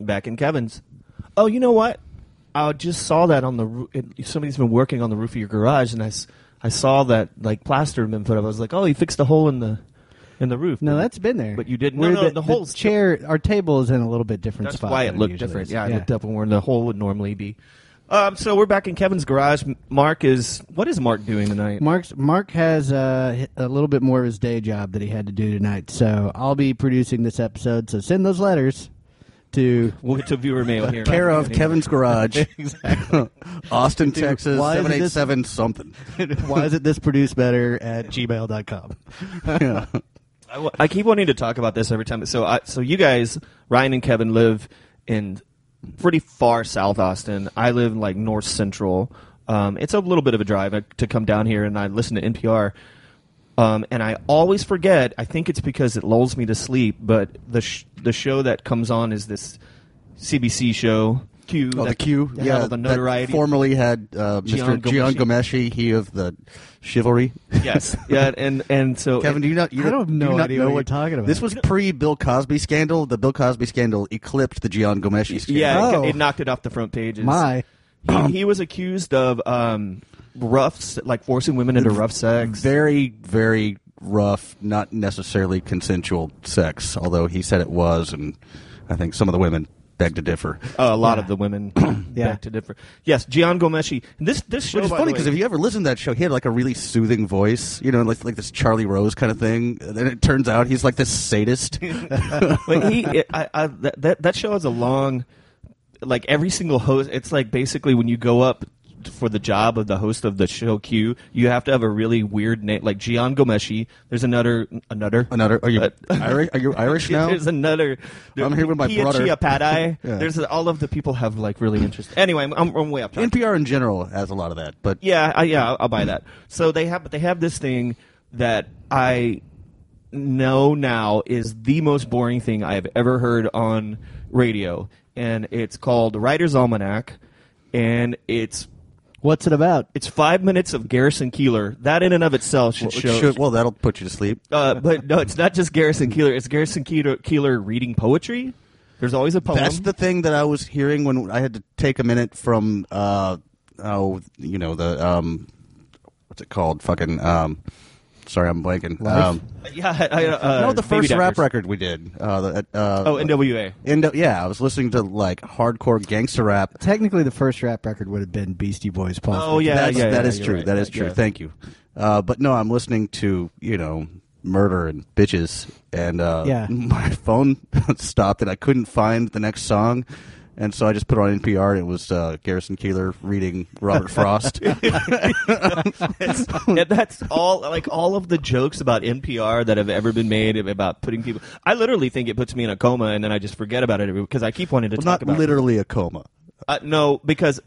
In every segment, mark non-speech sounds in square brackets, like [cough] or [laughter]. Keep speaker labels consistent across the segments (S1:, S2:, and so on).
S1: back in Kevin's. Oh, you know what? I just saw that on the roo- it, somebody's been working on the roof of your garage, and I, s- I saw that like plaster had been put up. I was like, oh, he fixed a hole in the in the roof.
S2: No,
S1: But-
S2: that's been there.
S1: But you didn't.
S2: Where
S1: no, no, the, hole's still-
S2: chair. Our table is in a little bit different
S1: That's
S2: spot.
S1: why
S2: than
S1: it
S2: it
S1: looked
S2: usually
S1: different.
S2: is.
S1: Yeah, I looked up and where the hole would normally be. Um, so we're back in Kevin's garage. M- Mark is. What is Mark doing tonight?
S2: Mark's Mark has uh, a little bit more of his day job that he had to do tonight, so I'll be producing this episode. So send those letters
S1: [laughs]
S2: to
S1: We'll get to viewer mail here.
S3: Care of Kevin's Garage, exactly. [laughs] Austin, Texas,
S2: why is it
S3: seven eight
S2: this-
S3: seven something.
S2: why is it this produced better at
S1: [laughs]
S2: gmail.com.
S3: Yeah.
S1: I, w- I keep wanting to talk about this every time. So, I, so you guys, Ryan and Kevin, live in pretty far South Austin. I live in like North Central. Um, it's a little bit of a drive uh, to come down here, and I listen to NPR. Um, and I always forget. I think it's because it lulls me to sleep. But the sh- the show that comes on is this CBC show. Q.
S3: Oh, the
S1: that-
S3: Q,
S1: that had
S3: yeah,
S1: all the notoriety.
S3: That formerly had uh, Mr.
S1: Gian
S3: Gian
S1: Gomeshi.
S3: Gomeshi, he of the chivalry. [laughs]
S1: yes, yeah, and and so
S3: Kevin, do you not? You
S2: I don't have
S3: do
S2: no
S3: you not
S2: idea what you're talking about.
S3: This was pre Bill Cosby scandal. The Bill Cosby scandal eclipsed the Gian Gomeshi scandal.
S1: yeah, it-
S2: Oh.
S1: it, knocked it off the front pages.
S2: My
S1: he, he was accused of um, rough, s- like forcing women into rough sex.
S3: very, very rough, not necessarily consensual sex. Although he said it was, and I think some of the women beg to differ.
S1: Uh, a lot of the
S3: [clears throat]
S1: women
S2: Yeah.
S1: beg to differ. Yes, Gian Gomeshi. And this this show
S3: Which is
S1: Oh, by
S3: funny
S1: the
S3: because
S1: way-
S3: if you ever listen to that show, he had like a really soothing voice, you know, like like this Charlie Rose kind of thing. And then it turns out he's like
S1: [laughs]
S3: this sadist. [laughs]
S1: but he, it, I, I, that, that that show has a long, like every single host. It's like basically when you go up for the job of the host of the show Q, you have to have a really weird name, like Gian Gomeshi. There's another, another,
S3: Another, oh, are you
S1: [laughs] Uh,
S3: Irish? Are you Irish now?
S1: [laughs] There's another.
S3: I'm here with my
S1: Pia
S3: brother. [laughs]
S1: Chia Padai.
S3: Yeah.
S1: There's all of the people have like really interesting. Anyway, I'm, I'm, I'm way up. Track.
S3: NPR in general has a lot of that, but
S1: Yeah, I, yeah, I'll- I'll buy that. So they have, but they have this thing that I know now is the most boring thing I have ever heard on radio, and it's called Writer's Almanac, and it's
S2: what's it about?
S1: it's five minutes of Garrison Keeler. That in and of itself should
S3: Well, it
S1: show.
S3: should- well, that'll put you to sleep.
S1: uh, but no, it's not just Garrison Keeler. It's Garrison Keeler, Keeler reading poetry. There's always a poem.
S3: That's the thing that I was hearing when I had to take a minute from uh oh you know the um what's it called fucking um sorry I'm blanking um
S1: yeah, I, I, uh,
S3: no the
S1: Baby
S3: first rap
S1: Diapers.
S3: record we did uh, the, uh
S1: Oh,
S3: [laughs]
S1: NWA.
S3: N- yeah I was listening to like hardcore gangster rap
S2: Technically, the first rap record would have been Beastie Boys. Paul
S1: Oh, yeah.
S3: that's, that
S1: yeah,
S3: is
S1: you're
S3: true.
S1: right.
S3: That is
S1: Yeah.
S3: true. Thank you. Uh, but no, I'm listening to you know murder and bitches, and uh,
S2: Yeah.
S3: [laughs] my phone stopped, and I couldn't find the next song. And so I just put it on NPR, and it was uh, Garrison Keeler reading
S1: [laughs]
S3: Robert Frost.
S1: and that's all like all of the jokes about NPR that have ever been made about putting people I literally think it puts me in a coma and then I just forget about it because I keep wanting to
S3: Well,
S1: talk
S3: not
S1: about
S3: literally a coma.
S1: Uh, no,
S3: [laughs]
S1: because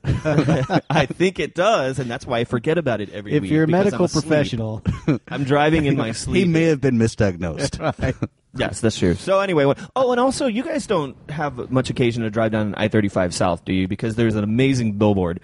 S1: I think it does and that's why I forget about it every
S2: if
S1: week.
S2: you're a
S1: because I'm
S2: medical
S1: asleep. [laughs]
S2: professional,
S1: I'm driving in my
S3: [laughs] He
S1: sleep.
S3: may have been misdiagnosed.
S1: [laughs] yes, that's true. So anyway, what, oh and also you guys don't have much occasion to drive down I-35 South, do you? Because there's an amazing billboard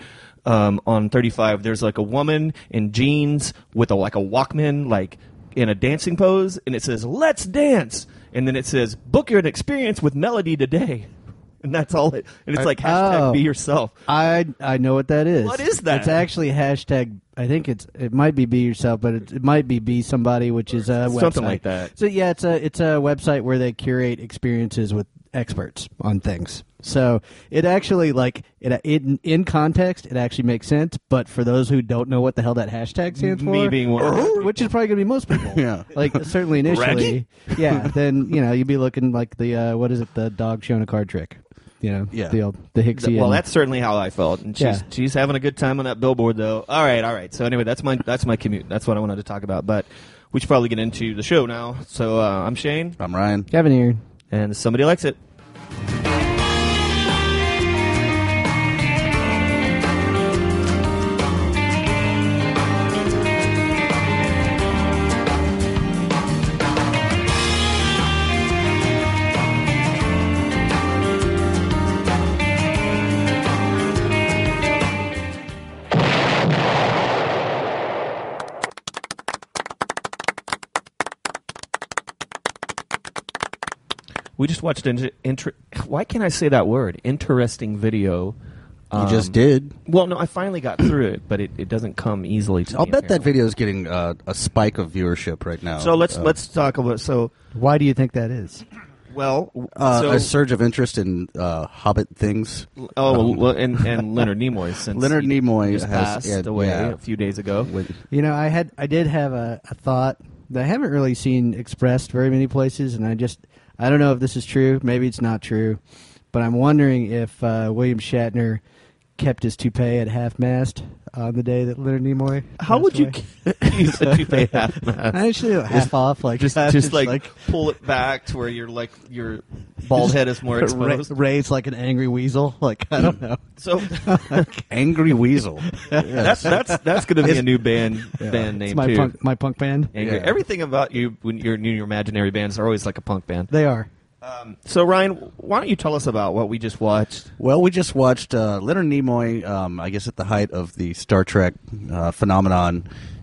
S1: um, on 35. There's like a woman in jeans with a like a Walkman like in a dancing pose and it says "Let's dance." And then it says "Book your an experience with Melody today." [laughs] And that's all it. And it's like hashtag
S2: oh.
S1: be yourself.
S2: I I know what that is.
S1: What is that?
S2: It's actually hashtag. I think it's it might be be yourself, but it, it might be be somebody, which is a website.
S1: Something like that.
S2: So yeah, it's a it's a website where they curate experiences with experts on things. So it actually like it, it in context, it actually makes sense. But for those who don't know what the hell that hashtag stands for,
S1: Me being one of those
S2: which is probably gonna be
S1: [laughs]
S2: most people.
S3: Yeah.
S2: like certainly initially,
S1: Raggy?
S2: yeah. Then you know you'd be looking like the uh, what is it, the dog showing a card trick. You know,
S3: Yeah.
S2: the old, the Hicksian.
S1: Well, that's certainly how I felt, and she's
S2: Yeah.
S1: she's having a good time on that billboard, though. All right, all right. So anyway, that's my that's my commute. That's what I wanted to talk about, but we should probably get into the show now. So uh, I'm Shane,
S3: I'm Ryan.
S2: Kevin here.
S1: and somebody likes it. We We just watched an inter- why can't I say that word? Interesting video.
S3: you just
S1: um,
S3: did.
S1: Well, no, I finally got through it, but it, it doesn't come easily to
S3: I'll
S1: me,
S3: bet that
S1: apparently.
S3: video is getting uh, a spike of viewership right now.
S1: So let's
S3: Uh,
S1: let's talk about so
S2: Why do you think that is?
S1: well
S3: uh,
S1: so,
S3: a surge of interest in uh, Hobbit things. Um,
S1: oh well, and and Leonard Nimoy since
S3: Leonard
S1: he
S3: Nimoy
S1: just
S3: has-
S1: passed
S3: yeah,
S1: away
S3: yeah.
S1: a few days ago.
S2: You know, I had I did have a, a thought that I haven't really seen expressed very many places, and I just I don't know if this is true. Maybe it's not true, but I'm wondering if uh, William Shatner kept his toupee at half mast on the day that Leonard Nimoy.
S1: How
S2: passed
S1: would you [laughs]
S2: away.
S1: use a toupee half mask?
S2: I actually uh, half off, like
S1: Just,
S2: half
S1: just, like, pull it back to where you're like your bald head is
S3: [laughs]
S1: more
S2: [laughs] ra-
S1: exposed.
S2: raised like an angry weasel. [laughs] Like I don't know. [laughs]
S1: So [laughs]
S3: Angry Weasel.
S1: that's that's that's going to be a new
S3: [laughs]
S1: band band name
S2: It's my
S1: too.
S2: punk, my punk band.
S1: Angry.
S3: Yeah.
S1: Everything about you when you're in your imaginary bands are always like a punk band.
S2: They are.
S1: Um, so Ryan, why don't you tell us about what we just watched?
S3: Well, we just watched uh, Leonard Nimoy, um, I guess at the height of the Star Trek uh, phenomenon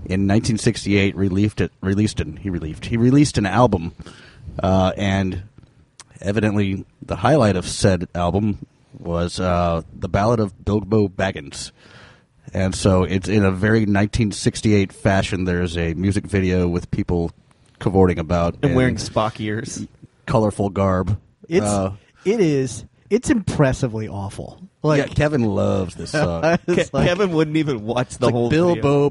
S3: in 1968, relieved it, released it, he relieved, he released an album, uh, and evidently the highlight of said album was uh, the Ballad of Bilbo Baggins. And so it's in a very 1968 fashion. There's a music video with people cavorting about
S1: And
S3: in
S1: wearing Spock ears.
S3: colorful garb.
S2: It's
S3: Uh,
S2: it is it's impressively awful.
S3: yeah,
S2: Like
S3: Kevin loves this song.
S1: Ke-
S2: it's like-
S1: Kevin wouldn't even watch the
S3: It's
S1: whole
S3: like Bilbo,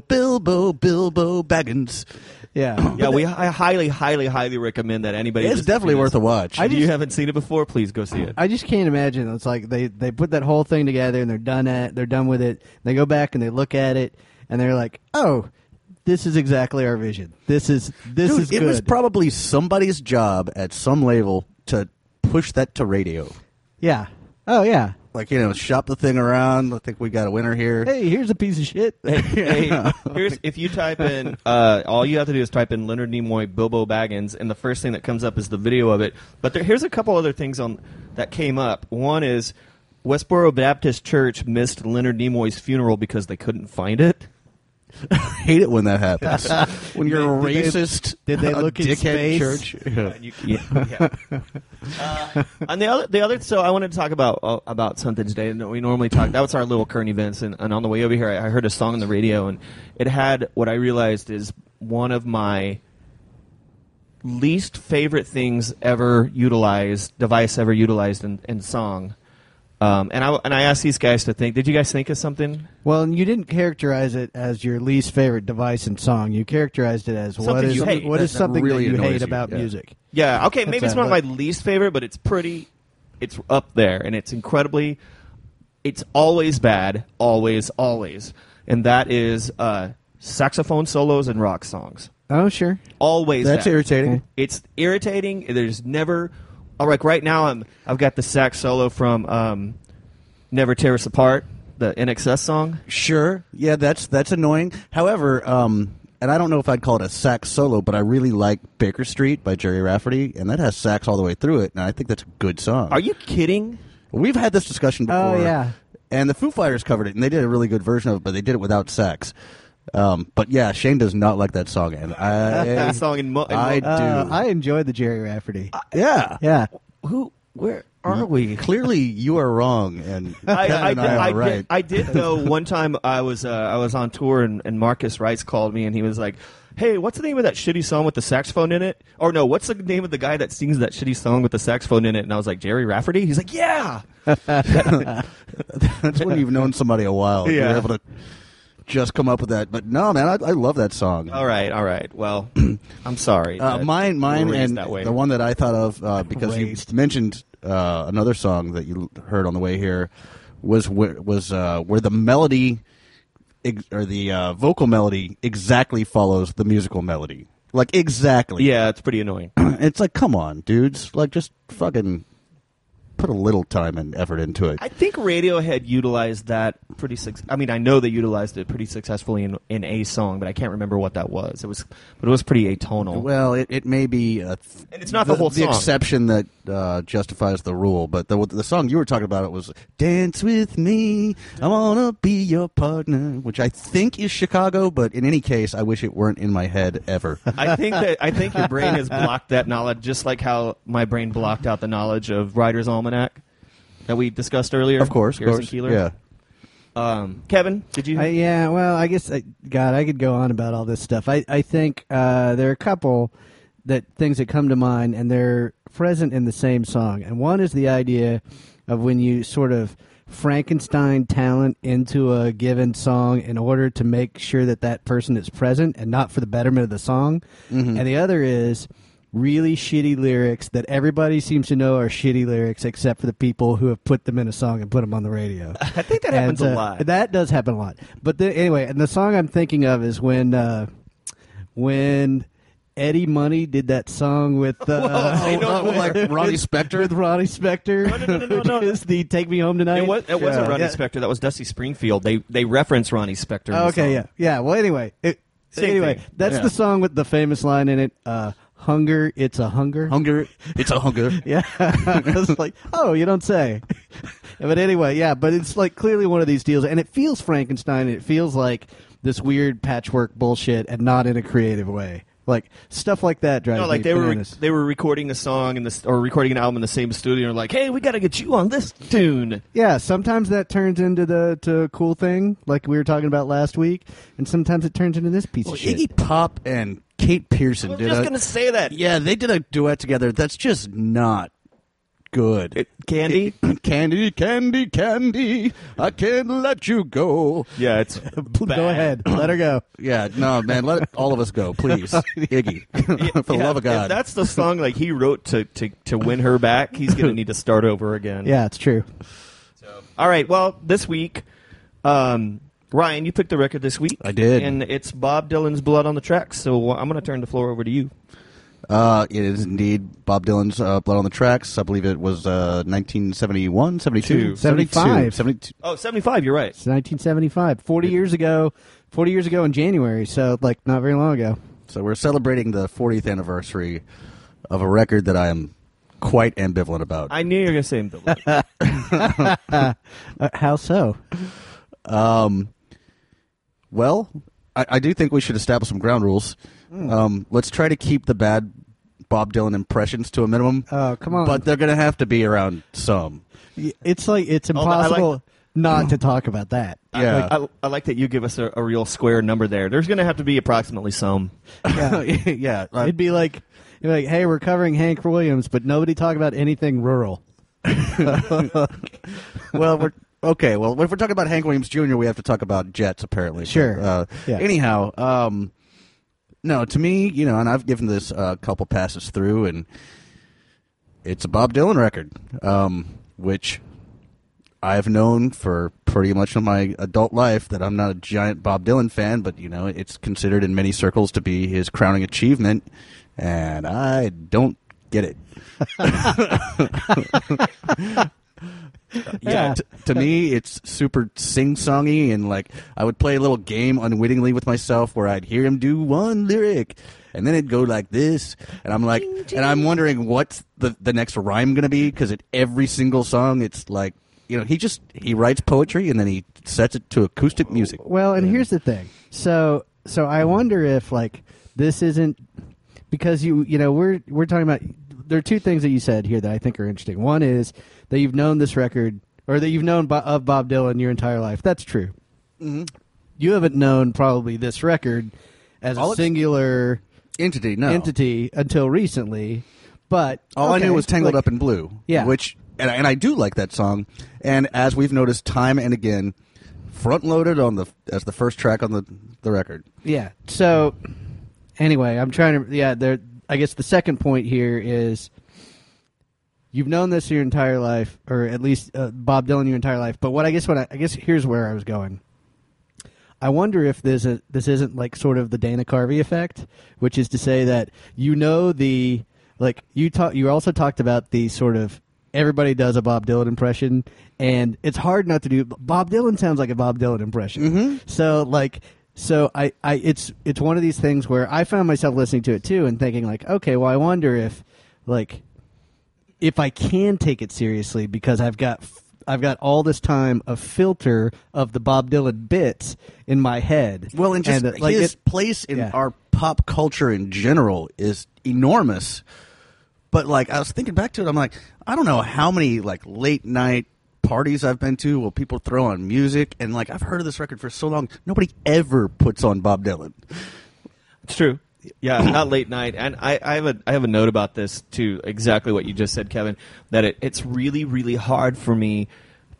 S1: video.
S3: Bilbo, Bilbo Baggins. [clears throat]
S2: yeah.
S1: Yeah, we I highly, highly, highly recommend that anybody.
S3: It's
S1: just-
S3: definitely worth a watch.
S1: If you
S2: just-
S1: haven't seen it before, please go see it.
S2: I just can't imagine. It's like they, they put that whole thing together and they're done at they're done with it. They go back and they look at it and they're like, oh, this is exactly our vision. This is this
S3: Dude,
S2: is
S3: it
S2: good.
S3: was probably somebody's job at some label to push that to radio.
S2: yeah. Oh yeah.
S3: Like you know, shop the thing around. I think we got a winner here.
S2: Hey, here's a piece of
S3: [laughs]
S2: shit.
S1: hey, here's if you type in uh, all you have to do is type in Leonard Nimoy Bilbo Baggins and the first thing that comes up is the video of it. But there, here's a couple other things on that came up. One is Westboro Baptist Church missed Leonard Nimoy's funeral because they couldn't find it.
S3: I hate it when that happens. when you're a
S2: Did they-
S3: racist,
S2: did they
S3: a
S2: look in space?
S3: dickhead church?
S1: [laughs]
S3: Yeah.
S1: And you- yeah, yeah. [laughs] Uh, and the other, the other, so I wanted to talk about uh, about something today that we normally talk. That was our little current events, and, and on the way over here, I, I heard a song on the radio, and it had what I realized is one of my least favorite things ever utilized, device ever utilized in, in song. Um, and I and I asked these guys to think. Did you guys think of something?
S2: Well, and you didn't characterize it as your least favorite device and song. You characterized it as what
S1: Something
S2: is
S1: you hate.
S2: what is
S3: That- that
S2: something
S3: really
S2: that you
S3: annoys
S2: hate
S3: you,
S2: about
S3: yeah.
S2: music.
S1: Yeah, okay, maybe
S2: That's
S1: it's not my
S2: right.
S1: least favorite, but it's pretty it's up there and it's incredibly it's always bad, always, always. And that is uh saxophone solos and rock songs.
S2: Oh sure.
S1: Always
S3: That's
S1: bad.
S3: irritating.
S1: It's irritating. There's never all right, right now I'm I've got the sax solo from um Never Tear Us Apart, the NXS song.
S3: Sure. Yeah, that's that's annoying. However, um, and I don't know if I'd call it a sax solo, but I really like Baker Street by Jerry Rafferty, and that has sax all the way through it, and I think that's a good song.
S1: Are you kidding?
S3: We've had this discussion
S2: Oh,
S3: before.
S2: yeah.
S3: And the Foo Fighters covered it, and they did a really good version of it, but they did it without sax. Um, but yeah, Shane does not like that song, and
S1: [laughs]
S3: I
S1: That song in mo- in
S3: I do.
S1: mo-
S2: Uh, I enjoyed the Jerry Rafferty.
S3: yeah.
S2: yeah.
S1: Who where
S3: Mm.
S1: are we?
S3: Clearly, you are wrong, and
S1: [laughs] I,
S3: Kevin
S1: I,
S3: and
S1: did,
S3: I
S1: I,
S3: are right.
S1: did, I did know
S3: [laughs]
S1: one time I was uh, I was on tour and, and Marcus Rice called me and he was like, "Hey, what's the name of that shitty song with the saxophone in it?" Or no, what's the name of the guy that sings that shitty song with the saxophone in it? And I was like, "Jerry Rafferty." He's like, "Yeah." [laughs]
S3: [laughs] That's when you've known somebody a while. You're
S1: Yeah.
S3: able to just come up with that. But no, man, I, I love that song.
S1: All right, all right.
S3: [clears throat]
S1: Well, I'm sorry.
S3: Uh,
S1: that
S3: mine,
S1: we
S3: mine,
S1: were raised
S3: and
S1: that way.
S3: the one that I thought
S1: [laughs]
S3: of uh, because you
S2: Raised.
S3: mentioned uh, another song that you l- heard on the way here was where, was uh, where the melody ex- or the uh, vocal melody exactly follows the musical melody, like exactly. [clears throat]
S1: Yeah, it's pretty annoying.
S3: it's like come on, dudes, like just fucking put a little time and effort into it.
S1: I think Radiohead utilized that pretty. Suc- I mean, I know they utilized it pretty successfully in, in a song, but I can't remember what that was. It was, but it was pretty atonal.
S3: well, it, it may be, a th-
S1: Oh. And it's not the whole
S3: the
S1: song.
S3: exception that uh, justifies the rule. But the the song you were talking about it was "Dance with Me," I wanna be your partner, which I think is Chicago. But in any case, I wish it weren't in my head
S1: [laughs]
S3: ever.
S1: I think that I think your brain has blocked that knowledge, just like how my brain blocked out the knowledge of Writer's Almanac that we discussed earlier.
S3: of course, of
S1: Garrison Keillor.
S3: course, yeah.
S1: Um, Kevin, did you?
S2: I, yeah, well, I guess I, God, I could go on about all this stuff. I I think uh, there are a couple that things that come to mind, and they're present in the same song. And one is the idea of when you sort of Frankenstein talent into a given song in order to make sure that that person is present and not for the betterment of the song. And the other is really shitty lyrics that everybody seems to know are shitty lyrics except for the people who have put them in a song and put them on the radio.
S1: I think that happens a
S2: And, uh,
S1: lot.
S2: That does happen a lot. But the, anyway, and the song I'm thinking of is when uh, when Eddie Money did that song
S1: [laughs]
S2: with uh,
S1: I
S2: [laughs]
S1: know,
S2: with-
S3: like Ronnie Spector?
S2: with Ronnie Spector,
S1: No, no, no, no,
S2: which
S1: no.
S2: [laughs] is the "Take Me Home Tonight."
S1: It, was, it wasn't
S2: Yeah.
S1: Ronnie
S2: Yeah. Oh,
S1: Spector. That was Dusty Springfield. They they reference Ronnie Spector. in the
S2: Okay,
S1: song.
S2: yeah, yeah. Well, anyway, it,
S1: Same
S2: anyway,
S1: thing.
S2: that's
S3: Yeah.
S2: the song with the famous line in it: uh, "Hunger, it's a hunger."
S3: Hunger, it's
S1: [laughs]
S3: a hunger.
S2: Yeah, [laughs] I was like, oh, you don't say. [laughs] but anyway, yeah, but it's like clearly one of these deals, and it feels Frankenstein, and it feels like this weird patchwork bullshit, and not in a creative way. Like stuff like that drives
S1: No, like
S2: me
S1: they were re-
S2: bananas.
S1: they were recording a song in this or recording an album in the same studio. and like, hey, we got to get you on this tune.
S2: yeah, sometimes that turns into the to a cool thing, like we were talking about last week, and sometimes it turns into this piece
S3: Well,
S2: of shit.
S3: Iggy Pop and Kate
S1: I
S3: Pearson
S1: was
S3: did
S1: just
S3: a-
S1: gonna say that.
S3: Yeah, they did a duet together. That's just not good.
S2: [laughs]
S1: Candy.
S3: [clears throat] candy, candy, candy. I can't let you go.
S1: yeah, it's
S2: Go
S3: [clears throat]
S2: ahead, let her go.
S3: Yeah, no, man. Let all of us go,
S1: [laughs]
S3: please, Iggy. [laughs] For the
S1: Yeah,
S3: love
S1: If
S3: of God.
S1: that's the song like he wrote to, to, to win
S3: [laughs]
S1: her back, he's going to need to start over again.
S2: Yeah, it's true.
S1: All right. Well, this week, um, Ryan, you picked the record this week.
S3: I did.
S1: And it's Bob Dylan's Blood on the Tracks. So I'm going to turn the floor over to you.
S3: Uh, it is indeed Bob Dylan's uh, "Blood on the Tracks." I believe it was uh, 1971, 72,
S1: Two.
S2: 75.
S3: 72.
S1: Oh, 75, you're right.
S2: It's 1975, 40 years ago. 40 years ago in January, so like not very long ago.
S3: So we're celebrating the 40th anniversary of a record that I am quite ambivalent about.
S1: I knew you were going to say him. Dylan.
S2: Uh, how so?
S3: Um, well, I, I do think we should establish some ground rules.
S1: Hmm.
S3: Um, let's try to keep the bad Bob Dylan impressions to a minimum.
S2: Oh, come on.
S3: But they're going to have to be around some.
S2: Y- It's like it's
S3: Oh,
S1: but I like-
S2: impossible not to talk about that.
S3: [laughs] Yeah.
S1: I, I like that you give us a, a real square number there. There's going to have to be approximately some.
S2: Yeah.
S3: [laughs] [laughs] yeah. uh,
S2: It'd be like, it'd be like, hey, we're covering Hank Williams, but nobody talk about anything rural.
S3: well, we're okay. Well, if we're talking about Hank Williams Jr., we have to talk about Jets, apparently.
S2: Sure.
S3: Uh,
S2: Yeah.
S3: Anyhow, um, no, to me, you know, and I've given this a couple passes through, and it's a Bob Dylan record, um, which I've known for pretty much my adult life that I'm not a giant Bob Dylan fan, but you know, it's considered in many circles to be his crowning achievement, and I don't
S2: [laughs]
S3: get it.
S2: Yeah.
S3: yeah, t- to me, it's super sing-songy, and like I would play a little game unwittingly with myself where I'd hear him do one lyric, and then it'd go like this, and I'm like, and I'm wondering what's the the next rhyme gonna be because at every single song, it's like you know he just he writes poetry and then he sets it to acoustic music.
S2: Well, and here's the thing. So, so
S3: Mm-hmm.
S2: I wonder if like this isn't because you you know we're we're talking about there are two things that you said here that I think are interesting. One is that you've known this record or that you've known Bo- of Bob Dylan your entire life. That's true.
S3: Mm-hmm.
S2: You haven't known probably this record as
S3: All
S2: a
S3: it's-
S2: singular
S3: Entity, no
S2: entity until recently. But
S3: All I
S2: okay,
S3: knew was tangled
S2: like-
S3: up in blue.
S2: Yeah.
S3: which and I, and I do like that song. And as we've noticed time and again, front loaded on the as the first track on the the record.
S2: Yeah. So anyway, I'm trying to yeah, there I guess the second point here is you've known this your entire life or at least uh, Bob Dylan your entire life, but what I guess what I, I guess here's where I was going. I wonder if this is, this isn't like sort of the Dana Carvey effect, which is to say that you know the like you talk you also talked about the sort of everybody does a Bob Dylan impression, and it's hard not to do. Bob Dylan sounds like a Bob Dylan impression. So like. So I, I, it's it's one of these things where I found myself listening to it too and thinking like, okay, well, I wonder if, like, if I can take it seriously because I've got I've got all this time a filter of the Bob Dylan bits in my head.
S3: Well, and just
S2: uh, like
S3: his
S2: it-
S3: place in
S2: yeah.
S3: our pop culture in general is enormous. But like I was thinking back to it, I'm like, I don't know how many like late night parties I've been to where people throw on music, and like I've heard of this record for so long, nobody ever puts on Bob Dylan.
S1: It's true. Yeah, not late night. And I, I have a I have a note about this too, exactly what you just said, Kevin, that it, it's really, really hard for me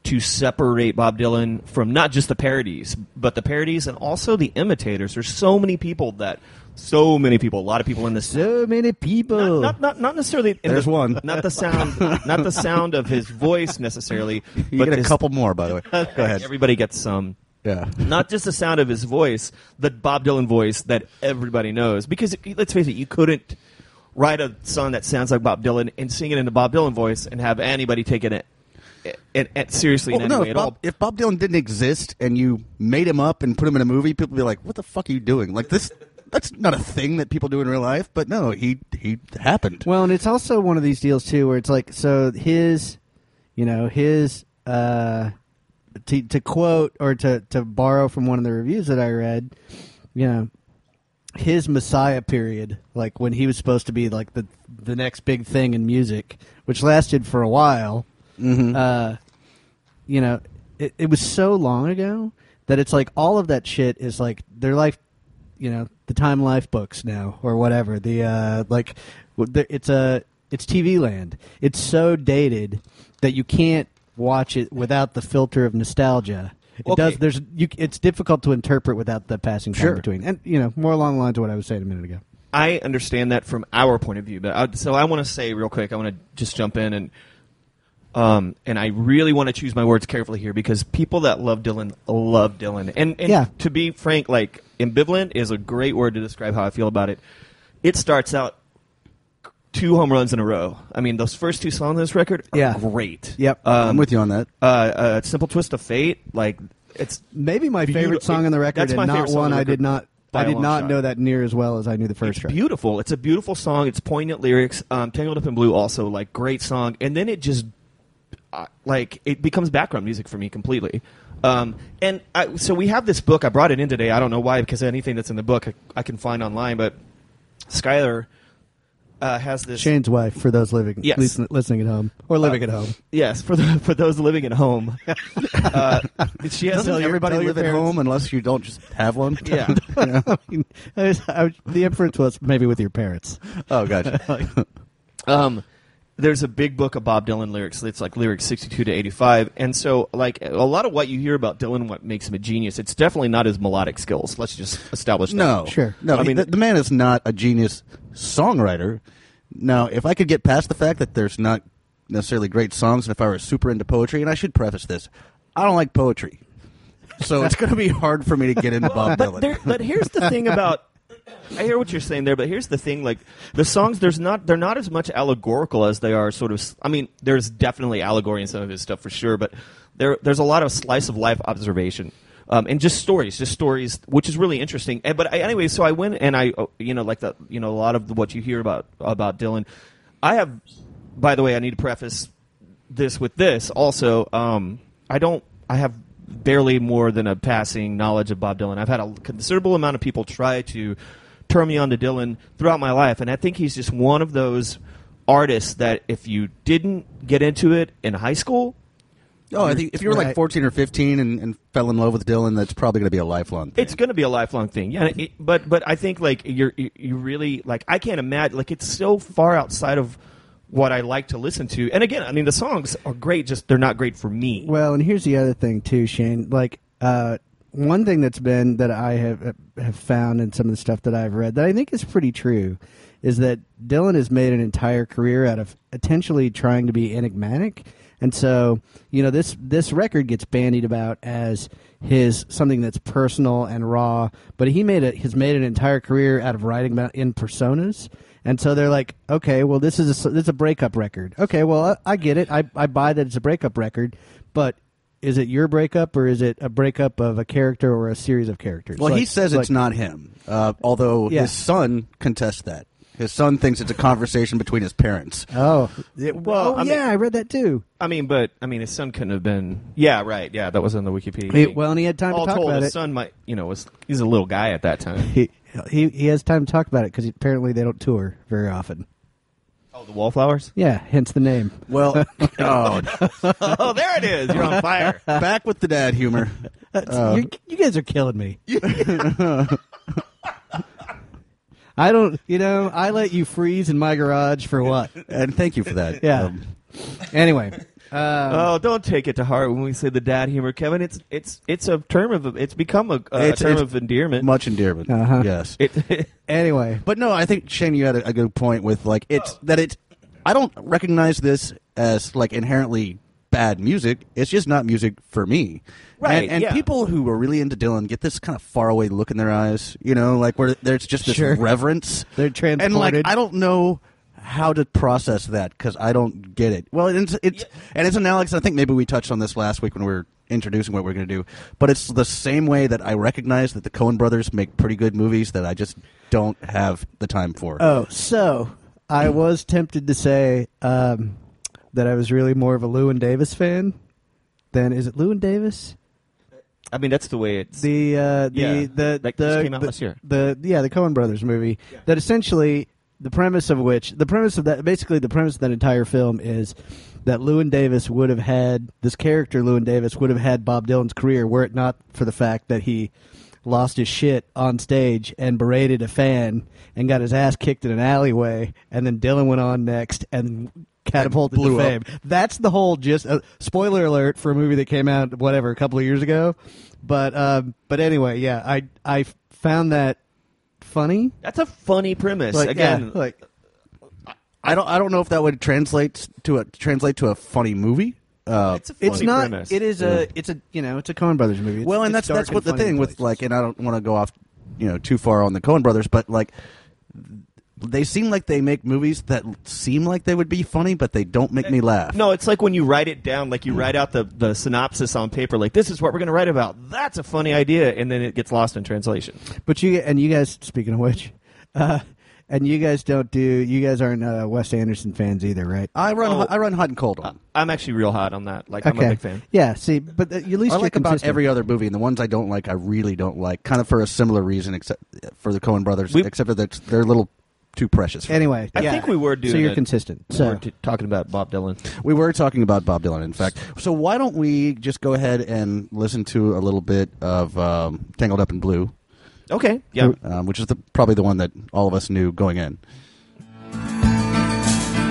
S1: to separate Bob Dylan from not just the parodies, but the parodies and also the imitators. There's so many people that so many people, a lot of people in this
S2: so many people.
S1: not, not, not necessarily. in
S3: There's
S1: the-
S3: one.
S1: Not the sound. not the sound of his voice [laughs] necessarily.
S3: You
S1: but
S3: get a
S1: this-
S3: couple more, by the way. Go ahead.
S1: Everybody gets some.
S3: Yeah.
S1: Not just the sound of his voice, the Bob Dylan voice that everybody knows. Because let's face it, you couldn't write a song that sounds like Bob Dylan and sing it in the Bob Dylan voice and have anybody taking it, it, it seriously
S3: Well,
S1: in any
S3: no,
S1: way
S3: if
S1: at
S3: Bob,
S1: all.
S3: if Bob Dylan didn't exist and you made him up and put him in a movie, people would be like, "What the fuck are you doing?" Like this, that's not a thing that people do in real life. But no, he he happened.
S2: Well, and it's also one of these deals too, where it's like, so his, you know, his, uh, to to quote or to to borrow from one of the reviews that I read, you know, his Messiah period, like when he was supposed to be like the the next big thing in music, which lasted for a while. Uh, you know, it, it was so long ago that it's like all of that shit is like their life, you know, the Time Life books now or whatever. The uh, like, w- the- it's a it's TV land. It's so dated that you can't watch it without the filter of nostalgia. It
S1: Okay.
S2: does. There's you. It's difficult to interpret without the passing time
S3: Sure.
S2: between, and you know, more along the lines of what I was saying a minute ago.
S1: I understand that from our point of view, but I, so I want to say real quick. I want to just jump in and um, and I really want to choose my words carefully here because people that love Dylan love Dylan, and and
S2: Yeah.
S1: to be frank, like ambivalent is a great word to describe how I feel about it. It starts out two home runs in a row. I mean, those first two songs on this record are
S2: Yeah.
S1: great.
S2: Yep.
S1: um,
S3: I'm with you on that.
S1: Uh, uh, simple twist of fate, like it's
S2: Maybe my
S1: Beautiful-
S2: favorite song on the record,
S1: That's my
S2: and not
S1: favorite song on
S2: one
S1: the
S2: I
S1: record
S2: did not.
S1: by
S2: I
S1: a
S2: did
S1: long
S2: not
S1: shot.
S2: know that near as well as I knew the first track.
S1: beautiful. It's a beautiful song. It's poignant lyrics. Um, Tangled Up in Blue also like great song. And then it just uh, like it becomes background music for me completely. Um, and I, so we have this book. I brought it in today. I don't know why because anything that's in the book I, I can find online. But Skylar uh, has this.
S2: Shane's wife, for those living
S1: Yes.
S2: listen, listening at home or living
S1: [laughs]
S2: at home. [laughs]
S1: Yes, for the, for those living at home, uh, she has
S2: Tell
S1: this-
S2: your-
S3: everybody
S2: tell your
S3: live at
S2: parents.
S3: home unless you don't just
S2: [laughs]
S3: have one?
S1: Yeah.
S2: I mean, I was- I was- the inference was maybe with
S1: [laughs]
S2: your parents.
S3: [laughs]
S2: [laughs]
S3: Oh, gotcha.
S1: Um, there's a big book of Bob Dylan lyrics. It's like lyrics 62 to 85. And so, like, a lot of what you hear about Dylan, what makes him a genius, it's definitely not his melodic skills. Let's just establish that.
S3: no.
S2: Sure.
S1: I
S3: No, I
S1: mean-
S3: mean, the, the man is not a genius songwriter. Now, if I could get past the fact that there's not necessarily great songs, and if I were super into poetry, and I should preface this, I don't like poetry. So it's going to be hard for me
S2: [laughs]
S3: to get into Bob
S1: But,
S3: Dylan.
S1: there, but here's the thing
S3: [laughs]
S1: about. I hear what you're saying there, but here's the thing: like the songs, there's not they're not as much allegorical as they are sort of. I mean, there's definitely allegory in some of his stuff for sure, but there there's a lot of slice of life observation um, and just stories, just stories, which is really interesting. And, but I, anyway, so I went and I, uh, you know, like the you know a lot of what you hear about about Dylan. I have, by the way, I need to preface this with this also um, i don't i have barely more than a passing knowledge of bob dylan i've had a considerable amount of people try to turn me on to dylan throughout my life and i think he's just one of those artists that if you didn't get into it in high school
S3: oh, I think if you were
S2: Right.
S3: like 14 or 15 and, and fell in love with Dylan, that's probably going to be a lifelong thing.
S1: it's going to be a lifelong thing yeah it- but but i think like you're you- you really like i can't imagine like it's so far outside of what i like to listen to and again i mean the songs are great just they're not great for me
S2: Well, and here's the other thing too, Shane. Like uh, one thing that's been that I have have found in some of the stuff that I've read that I think is pretty true is that Dylan has made an entire career out of potentially trying to be enigmatic. And so, you know, this this record gets bandied about as his something that's personal and raw, but he made it has made an entire career out of writing about in personas. And so they're like, okay, well, this is a, this is a breakup record. Okay, well, I, I get it. I, I buy that it's a breakup record, but is it your breakup or is it a breakup of a character or a series of characters?
S3: Well, he
S2: Like-
S3: says
S2: like-
S3: it's not him, uh, although
S2: Yeah.
S3: his son contests that. His son thinks it's a conversation between his parents.
S2: Oh,
S1: well,
S2: well, oh,
S1: I mean-
S2: yeah, I read that too.
S1: I mean, but I mean, his son couldn't have been. Yeah, right. Yeah, that was on the Wikipedia.
S2: He- well, and he had time to
S1: All
S2: talk
S1: told,
S2: about
S1: his
S2: it.
S1: son might, you know, was he's a little guy at that
S2: [laughs]
S1: time.
S2: He he, he has time to talk about it because apparently they don't tour very often.
S1: Oh, the
S2: [laughs]
S1: wallflowers.
S2: Yeah, hence the name.
S3: Well, [laughs]
S2: [laughs]
S3: oh,
S1: oh, there it is. You're on [laughs] fire.
S3: back with the dad humor.
S2: Uh,
S3: Oh.
S2: you, you guys are killing
S3: [laughs]
S2: me. I don't, you know, I let you freeze in my garage for what?
S3: And thank you for that. um,
S2: Yeah. Anyway, uh,
S1: Oh, don't take it to heart when we say the dad humor, Kevin. It's it's it's a term of it's become a, a
S3: It's-
S1: term
S3: it's
S1: of endearment.
S3: much endearment.
S2: Uh-huh.
S3: Yes.
S1: It- [laughs]
S2: anyway,
S3: But no, I think Shane, you had a, a good point with like it's that it's. I don't recognize this as like inherently bad music. It's just not music for me.
S1: Right,
S3: And, and
S1: yeah.
S3: people who are really into Dylan get this kind of faraway look in their eyes. You know, like where there's just this
S2: Sure.
S3: reverence.
S2: They're
S3: And like
S2: transported.
S3: I don't know how to process that because I don't get it. Well, it's, it's and it's analogous. I think maybe we touched on this last week when we were introducing what we are going to do. But it's the same way that I recognize that the Coen Brothers make pretty good movies that I just don't have the time for.
S2: oh, so I was tempted to say um, that I was really more of a Lewin Davis fan than is it Lewin Davis?
S1: I mean, that's the way it's.
S2: the uh, the
S1: Yeah,
S2: the
S1: that
S2: the,
S1: just came out
S2: the,
S1: last year.
S2: the yeah the Coen Brothers movie that essentially the premise of which the premise of that basically the premise of that entire film is that Lewin Davis would have had this character Lewin Davis would have had Bob Dylan's career were it not for the fact that he lost his shit on stage and berated a fan and got his ass kicked in an alleyway and then Dylan went on next and catapulted
S3: blew
S2: to
S3: up.
S2: fame. That's the whole just uh, spoiler alert for a movie that came out whatever a couple of years ago. But um, but anyway, yeah, I I found that funny.
S1: that's a funny premise.
S2: Like
S1: Again,
S2: yeah, like
S3: I don't. I don't know if that would translate to a translate to a funny movie. Uh,
S1: it's a funny
S2: it's not.
S1: premise.
S2: It is a. It's a. You know, it's a Coen Brothers movie. It's-
S3: well, and
S2: it's
S3: that's
S2: dark
S3: that's what the
S2: funny
S3: thing
S2: in
S3: with
S2: places.
S3: like, and I don't want to go off, you know, too far on the Coen Brothers, but like, they seem like they make movies that seem like they would be funny, but they don't
S2: Eh,
S3: make me laugh.
S1: No, it's like when you write it down, like you write out the, the synopsis on paper, like this is what we're going to write about. That's a funny idea, and then it gets lost in translation.
S2: But you and you guys. Speaking of which, [laughs] uh, and you guys don't do. You guys aren't uh, Wes Anderson fans either, right?
S3: I run.
S1: Oh.
S3: Uh, I run hot and cold on.
S1: I'm actually real hot on that. Like I'm a big fan.
S2: Yeah. See, but uh, at least
S3: I
S2: you're
S3: like about
S2: consistent.
S3: every other movie, and the ones I don't like, I really don't like, kind of for a similar reason, except for the Coen Brothers,
S1: We-
S3: except that it's- they're a little too precious. For me.
S2: Anyway,
S1: I
S2: yeah.
S1: think we were doing.
S2: So you're
S1: it-
S2: consistent.
S1: we
S2: So
S1: were t- talking about Bob Dylan.
S3: We were talking about Bob Dylan, in fact. So why don't we just go ahead and listen to a little bit of um, "Tangled Up in Blue,"
S1: Okay. Yeah.
S3: um, which is the, probably the one that all of us knew going in.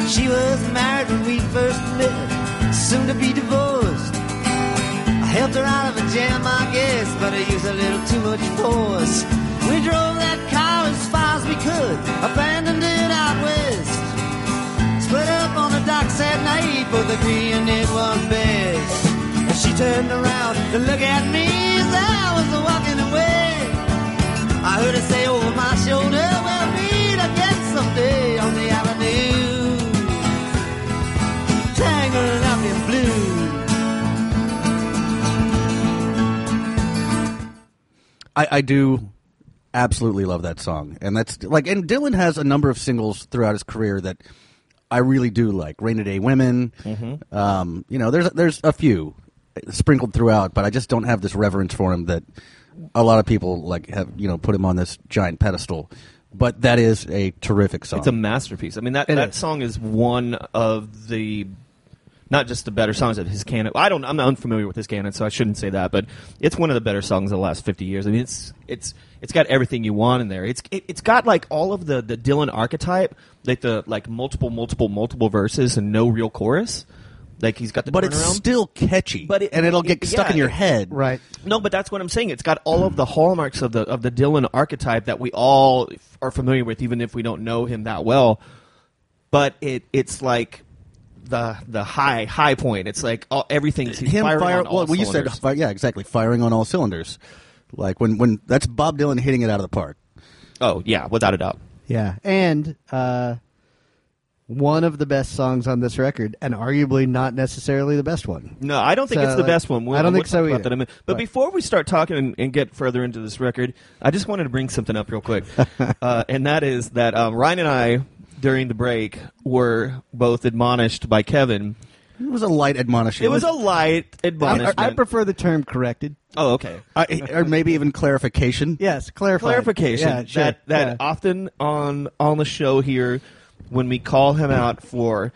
S4: She was married when we first met, soon to be divorced. I helped her out of a jam, I guess, but I used a little too much force. We drove that car as far as we could, abandoned it out west. Split up on the docks that night, both agreeing it was best. And she turned around to look at me as I was walking away. I heard her say over my shoulder, we'll meet again someday on the avenue. Tangled up in blue.
S3: I, I do absolutely love that song, and that's like, and Dylan has a number of singles throughout his career that I really do like. "Rainy Day Women,"
S1: Mm-hmm.
S3: um, you know, there's there's a few sprinkled throughout, but I just don't have this reverence for him that a lot of people like have you know put him on this giant pedestal. But that is a terrific song.
S1: It's a masterpiece. I mean that
S2: It
S1: that
S2: is.
S1: song is one of the not just the better songs of his canon. I don't. I'm not unfamiliar with his canon, so I shouldn't say that. But it's one of the better songs of the last 50 years. I mean, it's it's it's got everything you want in there. It's it, it's got like all of the the Dylan archetype, like the like multiple multiple multiple verses and no real chorus. Like he's got the
S3: but it's
S1: turnaround.
S3: still catchy,
S1: But it-
S3: and it'll get
S1: it-
S3: stuck
S1: yeah,
S3: in your
S1: it-
S3: head.
S2: right.
S1: No, but that's what I'm saying. It's got all of the hallmarks of the of the Dylan archetype that we all f- are familiar with, even if we don't know him that well. But it it's like the the high high point. It's like all, everything's he's
S3: him
S1: firing
S3: fire.
S1: on all
S3: well, well, you said
S1: cylinders.
S3: fi- yeah, exactly. Firing on all cylinders, like when when that's Bob Dylan hitting it out of the park.
S1: oh yeah, without a doubt.
S2: Yeah, and uh, one of the best songs on this record, and arguably not necessarily the best one.
S1: No, I don't think
S2: So,
S1: it's the
S2: like,
S1: best one. We'll-
S2: I don't
S1: we'll
S2: think so
S1: talk about
S2: either.
S1: that in a minute. But
S2: Right.
S1: before we start talking and, and get further into this record, I just wanted to bring something up real quick, uh, and that is that um, Ryan and I during the break were both admonished by Kevin.
S3: It was a light admonition.
S1: It was a light
S2: I,
S1: admonishment.
S2: I prefer the term corrected.
S1: oh, okay.
S3: I, or maybe even clarification.
S2: Yes, clarify.
S1: clarification
S2: Yeah, uh, sure.
S1: that that
S2: Yeah.
S1: often on on the show here when we call him out for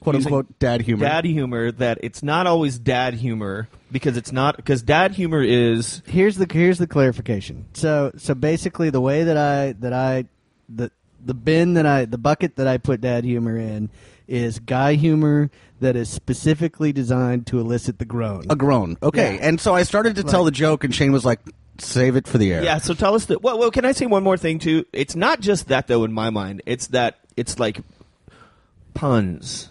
S3: quote
S1: using
S3: unquote dad humor.
S1: dad humor that it's not always dad humor because it's not because dad humor is
S2: here's the here's the clarification. So so basically, the way that I that I the the bin that I the bucket that I put dad humor in is guy humor that is specifically designed to elicit the groan.
S3: a groan. Okay,
S2: Yeah.
S3: and so I started to tell the joke, and Shane was like, "Save it for the air."
S1: yeah so tell us that well, well can i say one more thing too it's not just that though in my mind it's that it's like puns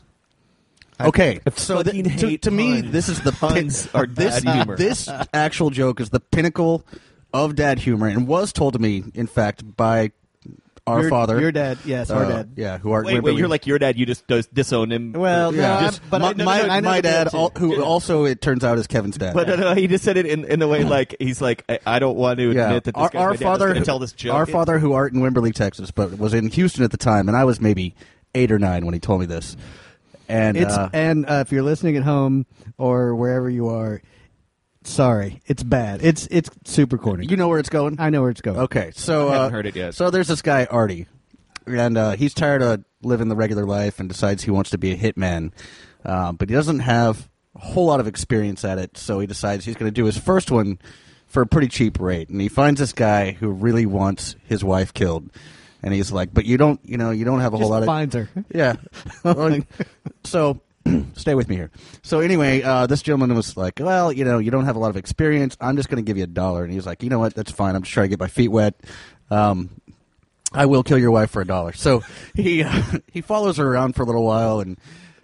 S3: Okay.
S1: I
S3: so
S1: fucking
S3: th- to,
S1: hate
S3: to me,
S1: puns.
S3: this is the
S1: Puns
S3: pin-
S1: are
S3: this
S1: bad humor.
S3: this actual joke is the pinnacle of dad humor, and was told to me, in fact, by our
S2: Your-
S3: father,
S2: your dad, yes, our
S3: uh,
S2: dad.
S3: yeah, who are
S1: wait wait you're like your dad you just dis- disown him
S2: Well, no,
S3: yeah,
S2: I'm-
S1: Just-
S2: but
S3: my,
S2: I, no, no,
S3: my,
S2: no, I know
S3: my
S2: the
S3: dad,
S2: too.
S3: al- who also it turns out is Kevin's dad.
S1: But no, no, he just said it in, in the
S3: [laughs]
S1: way like he's like I, I don't want to admit
S3: yeah,
S1: that this
S3: our,
S1: guy's
S3: our
S1: my dad. I'm just
S3: father,
S1: gonna tell this joke. [laughs]
S3: our father, who aren't in Wimberley, Texas, but was in Houston at the time, and I was maybe eight or nine when he told me this. And
S2: It's
S3: uh,
S2: and uh, if you're listening at home or wherever you are, sorry, it's bad. It's it's super corny.
S3: you know where it's going.
S2: I know where it's going.
S3: Okay, so
S1: I haven't
S3: uh,
S1: heard it yet.
S3: So there's this guy Artie, and uh, he's tired of living the regular life and decides he wants to be a hitman, uh, but he doesn't have a whole lot of experience at it. So he decides he's going to do his first one for a pretty cheap rate, and he finds this guy who really wants his wife killed, and he's like, "But you don't, you know, you don't have a
S2: Just
S3: whole lot of
S2: finds
S3: [laughs]
S2: her.
S3: yeah. Well, so [clears throat] stay with me here. So anyway, uh, this gentleman was like, "Well, you know, you don't have a lot of experience. I'm just going to give you a dollar." And he was like, "You know what? That's fine. I'm just trying to get my feet wet. Um, I will kill your wife for a dollar." So [laughs] he uh, he follows her around for a little while and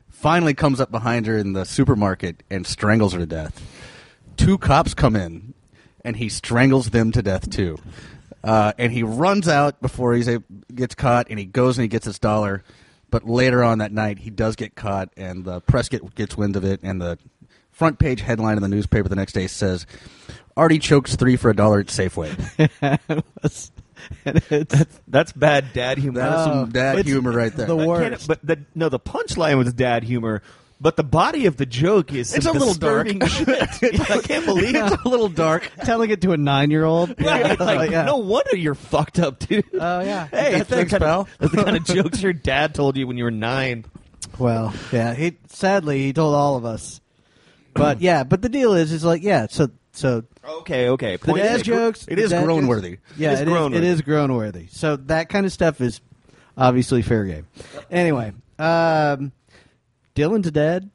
S3: finally comes up behind her in the supermarket and strangles her to death. Two cops come in and he strangles them to death too. Uh, and he runs out before he's a, gets caught, and he goes and he gets his dollar. But later on that night, he does get caught, and the press get, gets wind of it, and the front page headline in the newspaper the next day says, "Artie chokes three for a dollar at Safeway."
S2: And it's-
S1: That's bad dad humor.
S3: That is some dad
S2: Oh. it's
S3: humor right there.
S2: the
S1: I
S2: worst.
S1: can't- But the, no, the punchline was dad humor. But the body of the joke is some
S3: It's a little dark. [laughs]
S1: disturbing shit. I can't believe it.
S3: it's a little dark.
S2: telling it to a nine year old.
S3: [laughs]
S1: Right, like, No wonder you're fucked up, dude. [laughs]
S2: Oh, yeah.
S1: Hey,
S3: That
S1: thanks,
S3: thing's
S1: pal.
S3: pal.
S1: That's the
S3: [laughs]
S1: kind of jokes your dad told you when you were nine.
S2: Well, yeah. He sadly he told all of us.
S3: Hmm.
S2: But yeah, but the deal is, is like yeah. So so
S1: Okay, okay.
S2: the
S1: Point
S2: dad
S1: taken.
S2: jokes.
S3: it
S2: the
S3: is
S2: dad
S3: grown
S2: jokes-
S3: worthy.
S2: Yeah,
S1: It is
S2: it is.
S1: grown
S2: It
S1: worthy.
S2: is grown worthy. So that kind of stuff is obviously fair game. Anyway, um, Dylan's dad,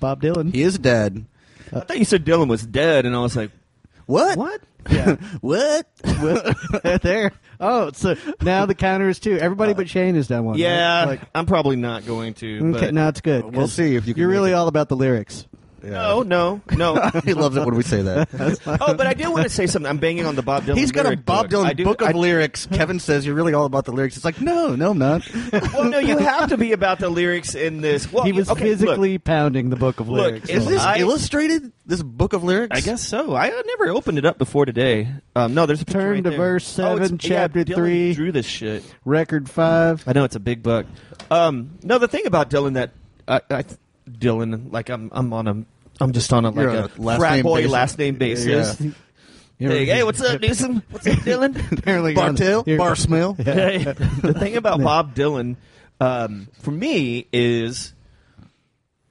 S2: Bob Dylan.
S3: He is dead.
S1: I thought you said Dylan was dead, and I was like,
S3: [laughs] What?
S1: what?
S2: Yeah. [laughs]
S3: What? [laughs]
S2: there. Oh, so now the counter is two. Everybody but Shane has done one. right?
S1: Yeah,
S2: Like,
S1: I'm probably not going to.
S2: okay,
S1: but
S2: no, it's good.
S3: We'll
S2: 'cause
S3: see if you can
S2: You're
S3: make
S2: really
S3: it.
S2: all about the lyrics.
S1: no, Oh, no, no.
S3: [laughs] he loves it when we say that.
S1: oh, but I did want to say something. I'm banging on the Bob Dylan.
S3: He's got a
S1: lyric
S3: Bob
S1: book. I
S3: Dylan
S1: do-
S3: book of
S1: I-
S3: lyrics. Kevin says you're really all about the lyrics. It's like, no, no, I'm not. [laughs]
S1: Well, no, you have to be about the lyrics in this. Well,
S2: He was
S1: okay, look.
S2: physically pounding the book of
S1: Look,
S2: lyrics.
S1: is
S3: Is this
S1: I-
S3: illustrated? This book of lyrics?
S1: I guess so. I uh, never opened it up before today. Um, no, there's a picture
S2: Turn
S1: right
S2: to
S1: there.
S2: verse
S1: Oh, it's-
S2: seven,
S1: yeah,
S2: chapter
S1: Dylan
S2: three.
S1: Drew this shit.
S2: record five?
S1: I know it's a big book. Um, no, the thing about Dylan that I, I th- Dylan, like I'm, I'm on a, I'm just on a like
S3: You're
S1: a,
S3: on a last
S1: frat
S3: name
S1: boy
S3: basis.
S1: last name basis.
S3: Yeah.
S1: Hey, hey,
S2: [laughs]
S1: what's up, Newsom? What's up, Dylan?
S2: Apparently,
S3: Bartail?
S2: you're-
S3: Bar smell?
S1: Hey, the thing about Bob Dylan, um, for me, is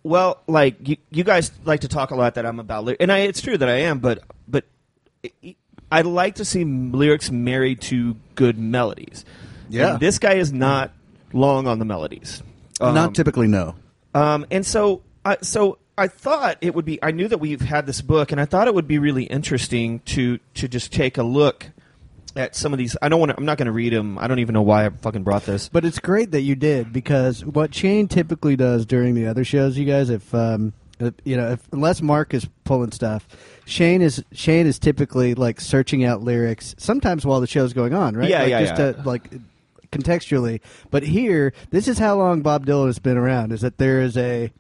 S1: well, like you, you guys like to talk a lot that I'm about, lyrics, and I, it's true that I am, but but I- I like to see m- lyrics married to good melodies.
S3: Yeah.
S1: And this guy is not long on the melodies. Um,
S3: not typically, no.
S1: um, and so, I, so I thought it would be. I knew that we've had this book, and I thought it would be really interesting to to just take a look at some of these. I don't want. to I'm not going to read them. I don't even know why I fucking brought this.
S2: But it's great that you did because what Shane typically does during the other shows, you guys, if um, if- you know, if unless Mark is pulling stuff, Shane is Shane is typically like searching out lyrics sometimes while the show's going on, right?
S1: Yeah,
S2: like,
S1: yeah,
S2: just
S1: yeah.
S2: To, like contextually. But here, this is how long Bob Dylan has been around. Is that there is a,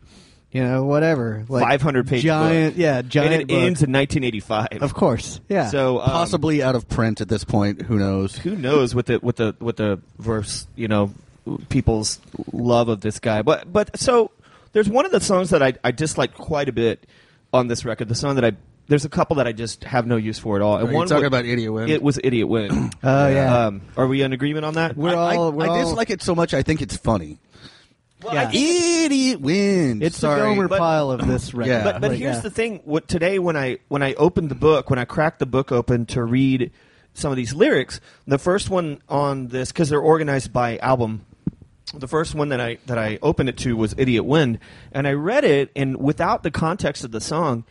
S2: you know, whatever, like
S1: 500 page
S2: giant,
S1: book.
S2: yeah, giant.
S1: And it
S2: book.
S1: ends in 1985.
S2: of course, yeah.
S1: So um,
S3: Possibly out of print at this point. Who knows?
S1: who knows with the with the with the verse you know people's love of this guy but but so there's one of the songs that i, I dislike quite a bit on this record the song that i there's a couple that i just have no use for at all and
S3: Are you
S1: one
S3: talking
S1: wa-
S3: about Idiot Wind?
S1: it was idiot win
S3: [clears throat]
S2: Oh, yeah.
S1: um, are we in agreement on that
S2: We're
S3: I, I-
S2: all- we're
S3: I
S2: all-
S3: dislike it so much. I think it's funny.
S2: yeah.
S3: Idiot Wind.
S2: it's
S3: Sorry.
S2: the Gomer
S1: but-
S2: pile of this record.
S3: Yeah.
S1: but but
S2: Like,
S1: here's
S2: yeah.
S1: the thing. What today when I when I opened the book, when I cracked the book open to read some of these lyrics, the first one on this because they're organized by album. The first one that I that I opened it to was "Idiot Wind," and I read it, and without the context of the song,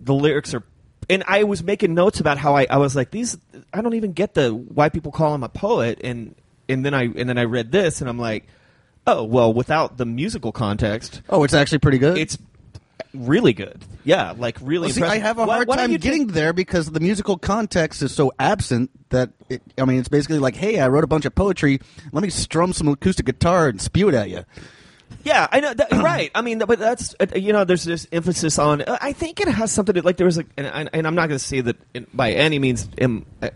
S1: the lyrics are. And I was making notes about how I, I was like these. I don't even get the why people call him a poet, and and then I and then I read this, and I'm like, oh well, without the musical context,
S3: oh, it's actually pretty good.
S1: it's really good. Yeah, like really.
S3: Well, see, I
S1: impressive.
S3: have a
S1: Why-
S3: hard
S1: why don't
S3: time
S1: you
S3: getting
S1: take-
S3: there because the musical context is so absent that it, I mean, it's basically like, hey, I wrote a bunch of poetry. Let me strum some acoustic guitar and spew it at you.
S1: yeah, I know. That, [clears throat] right. I mean, but that's uh, you know, there's this emphasis on. uh, I think it has something to like. There was like, and, and, and I'm not going to say that in, by any means. am- uh,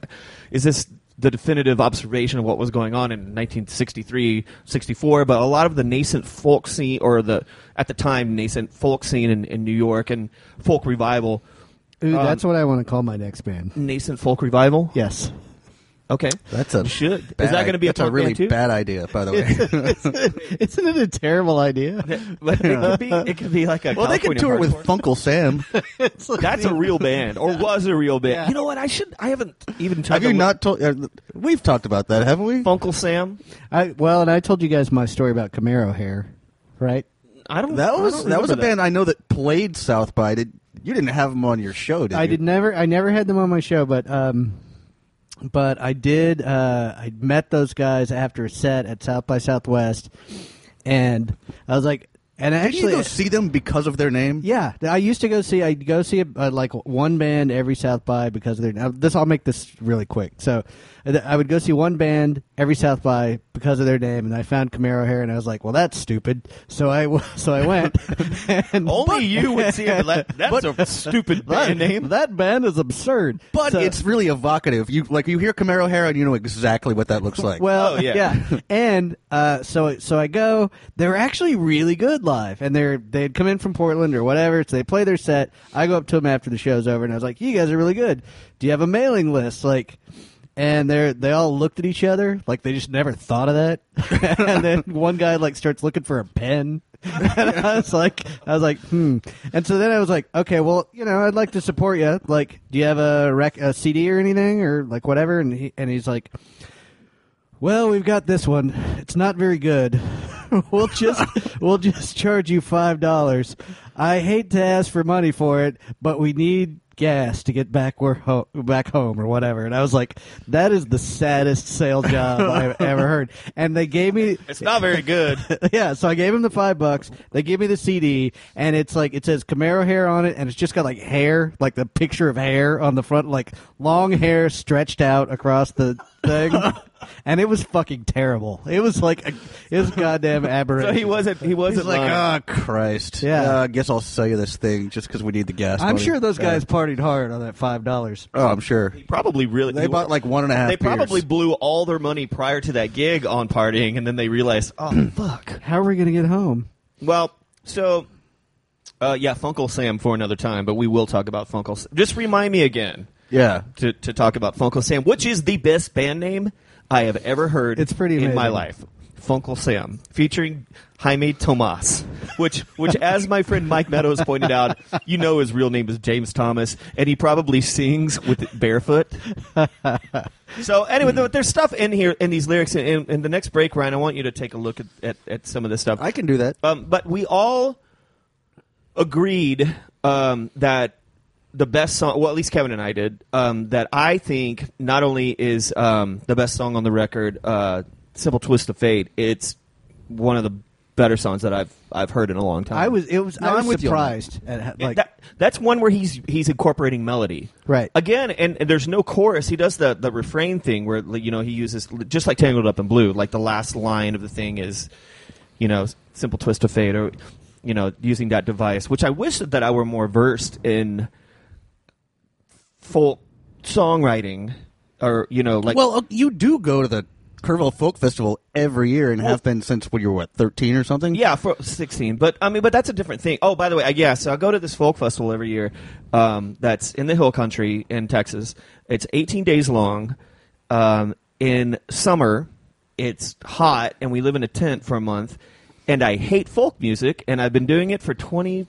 S1: is this the definitive observation of what was going on in 1963, 64? But a lot of the nascent folk scene, or the at the time nascent folk scene in, in New York and folk revival,
S2: Ooh,
S3: Um,
S2: that's what I want to call my next band.
S1: nascent folk revival.
S2: Yes. [laughs]
S1: Okay.
S3: That's a
S1: You should.
S3: bad
S1: Is that going
S3: i-
S1: to be a
S3: that's a
S1: punk
S3: really
S1: band too?
S3: bad idea, by the [laughs] way.
S2: Isn't it a terrible idea?
S1: But it could be it could be like a
S3: well, they can
S1: California
S3: tour with
S1: hardcore.
S3: Funkle Sam.
S1: That's a real band, or was a real band.
S2: Yeah.
S1: You know what? I should. I haven't even.
S3: Have
S1: talked
S3: you
S1: to
S3: not told? Uh, we've talked about that, haven't we?
S1: Funkle Sam?
S2: I well, and I told you guys my story about Camaro hair, right?
S1: I don't. I
S3: That
S1: don't
S3: was that was
S1: remember
S3: a band I know that played South by. Did you didn't have them on your show? Did
S2: I
S3: you?
S2: did never, I never had them on my show, but um, but I did. Uh, I met those guys after a set at South by Southwest, and I was like, and
S3: Did
S2: actually,
S3: you go see them because of their name?
S2: Yeah, I used to go see. I'd go see uh, like one band every South by because of their. Now, this I'll make this really quick. So, uh, I would go see one band every South by because of their name, and I found Camaro hair, and I was like, "Well, that's stupid." So I [laughs] w- so I went. and,
S1: Only you would see it.
S3: [laughs]
S1: That, that's
S2: but-
S1: a stupid
S2: that,
S1: band name.
S2: That band is absurd.
S3: But
S2: So-
S3: it's really evocative. You like you hear Camaro hair and you know exactly what that looks like.
S2: well,
S1: Oh, yeah.
S2: yeah. And uh, so so I go. They're actually really good live, and they're they'd come in from Portland or whatever. So they play their set. I go up to them after the show's over, and I was like, "You guys are really good. Do you have a mailing list?" Like. And they are they all looked at each other like they just never thought of that. [laughs] and then one guy like starts looking for a pen. [laughs] and I was like, I was like, hmm. And so then I was like, okay, well, you know, I'd like to support you. Like, do you have a rec- a CD or anything or like whatever? And he, and he's like, well, we've got this one. It's not very good. [laughs] we'll just we'll just charge you five dollars. I hate to ask for money for it, but we need gas to get back where ho- back home or whatever. And I was like, that is the saddest sale job I've ever heard. And they gave me
S1: It's not very good.
S2: [laughs] yeah, so I gave him the five bucks. They give me the CD, and it's like it says Camaro hair on it, and it's just got like hair, like the picture of hair on the front, like long hair stretched out across the
S1: [laughs]
S2: thing. and it was fucking terrible. It was like a, it was goddamn
S1: [laughs]
S2: aberrant.
S1: So he wasn't. He
S3: He's
S1: wasn't
S3: like,
S1: lying.
S3: ah, Christ.
S2: Yeah.
S3: Uh, I guess I'll sell you this thing just because we need the gas.
S2: I'm
S3: money."
S2: sure those
S3: Yeah.
S2: guys partied hard on that five dollars.
S3: Oh, I'm sure.
S1: probably really.
S3: They
S1: he-
S3: bought like one and a half.
S1: They probably
S3: beers.
S1: blew all their money prior to that gig on partying, and then they realized,
S3: [clears throat]
S1: oh fuck.
S2: How are we gonna get home?
S1: Well, so. Uh, yeah, Funkle Sam for another time, but we will talk about Funkle. Sam. Just remind me again.
S3: Yeah.
S1: to, to talk about Funko Sam, which is the best band name I have ever heard.
S2: It's pretty
S1: in my
S2: amazing.
S1: life. Funko Sam, featuring Jaime Tomas, which which as my friend Mike Meadows pointed out, you know his real name is James Thomas, and he probably sings with barefoot. So anyway, there- there's stuff in here in these lyrics, and, and, and the next break, Ryan, I want you to take a look at, at, at some of this stuff.
S3: I can do that.
S1: Um, but we all agreed um, that the best song, well, at least Kevin and I did, um, that I think not only is um, the best song on the record, uh, Simple Twist of Fate, it's one of the better songs that I've I've heard in a long time.
S2: I was it was
S3: No,
S2: I was
S3: I'm with you on that.
S2: surprised at how,
S1: It-
S2: like
S1: that, that's one where he's he's incorporating melody
S2: Right.
S1: again and, and there's no chorus he does the, the refrain thing where like, you know he uses just like tangled up in blue like the last line of the thing is you know simple twist of fate or you know using that device which i wish that i were more versed in folk songwriting or you know like
S3: well, uh, you do go to the Kerrville Folk Festival every year and
S1: Well-
S3: have been since when you were what thirteen or something.
S1: Yeah, for sixteen. But I mean, but that's a different thing. Oh, by the way, I, yeah. So I go to this folk festival every year. Um, that's in the hill country in Texas. It's eighteen days long. Um, in summer, it's hot, and we live in a tent for a month. And I hate folk music, and I've been doing it for twenty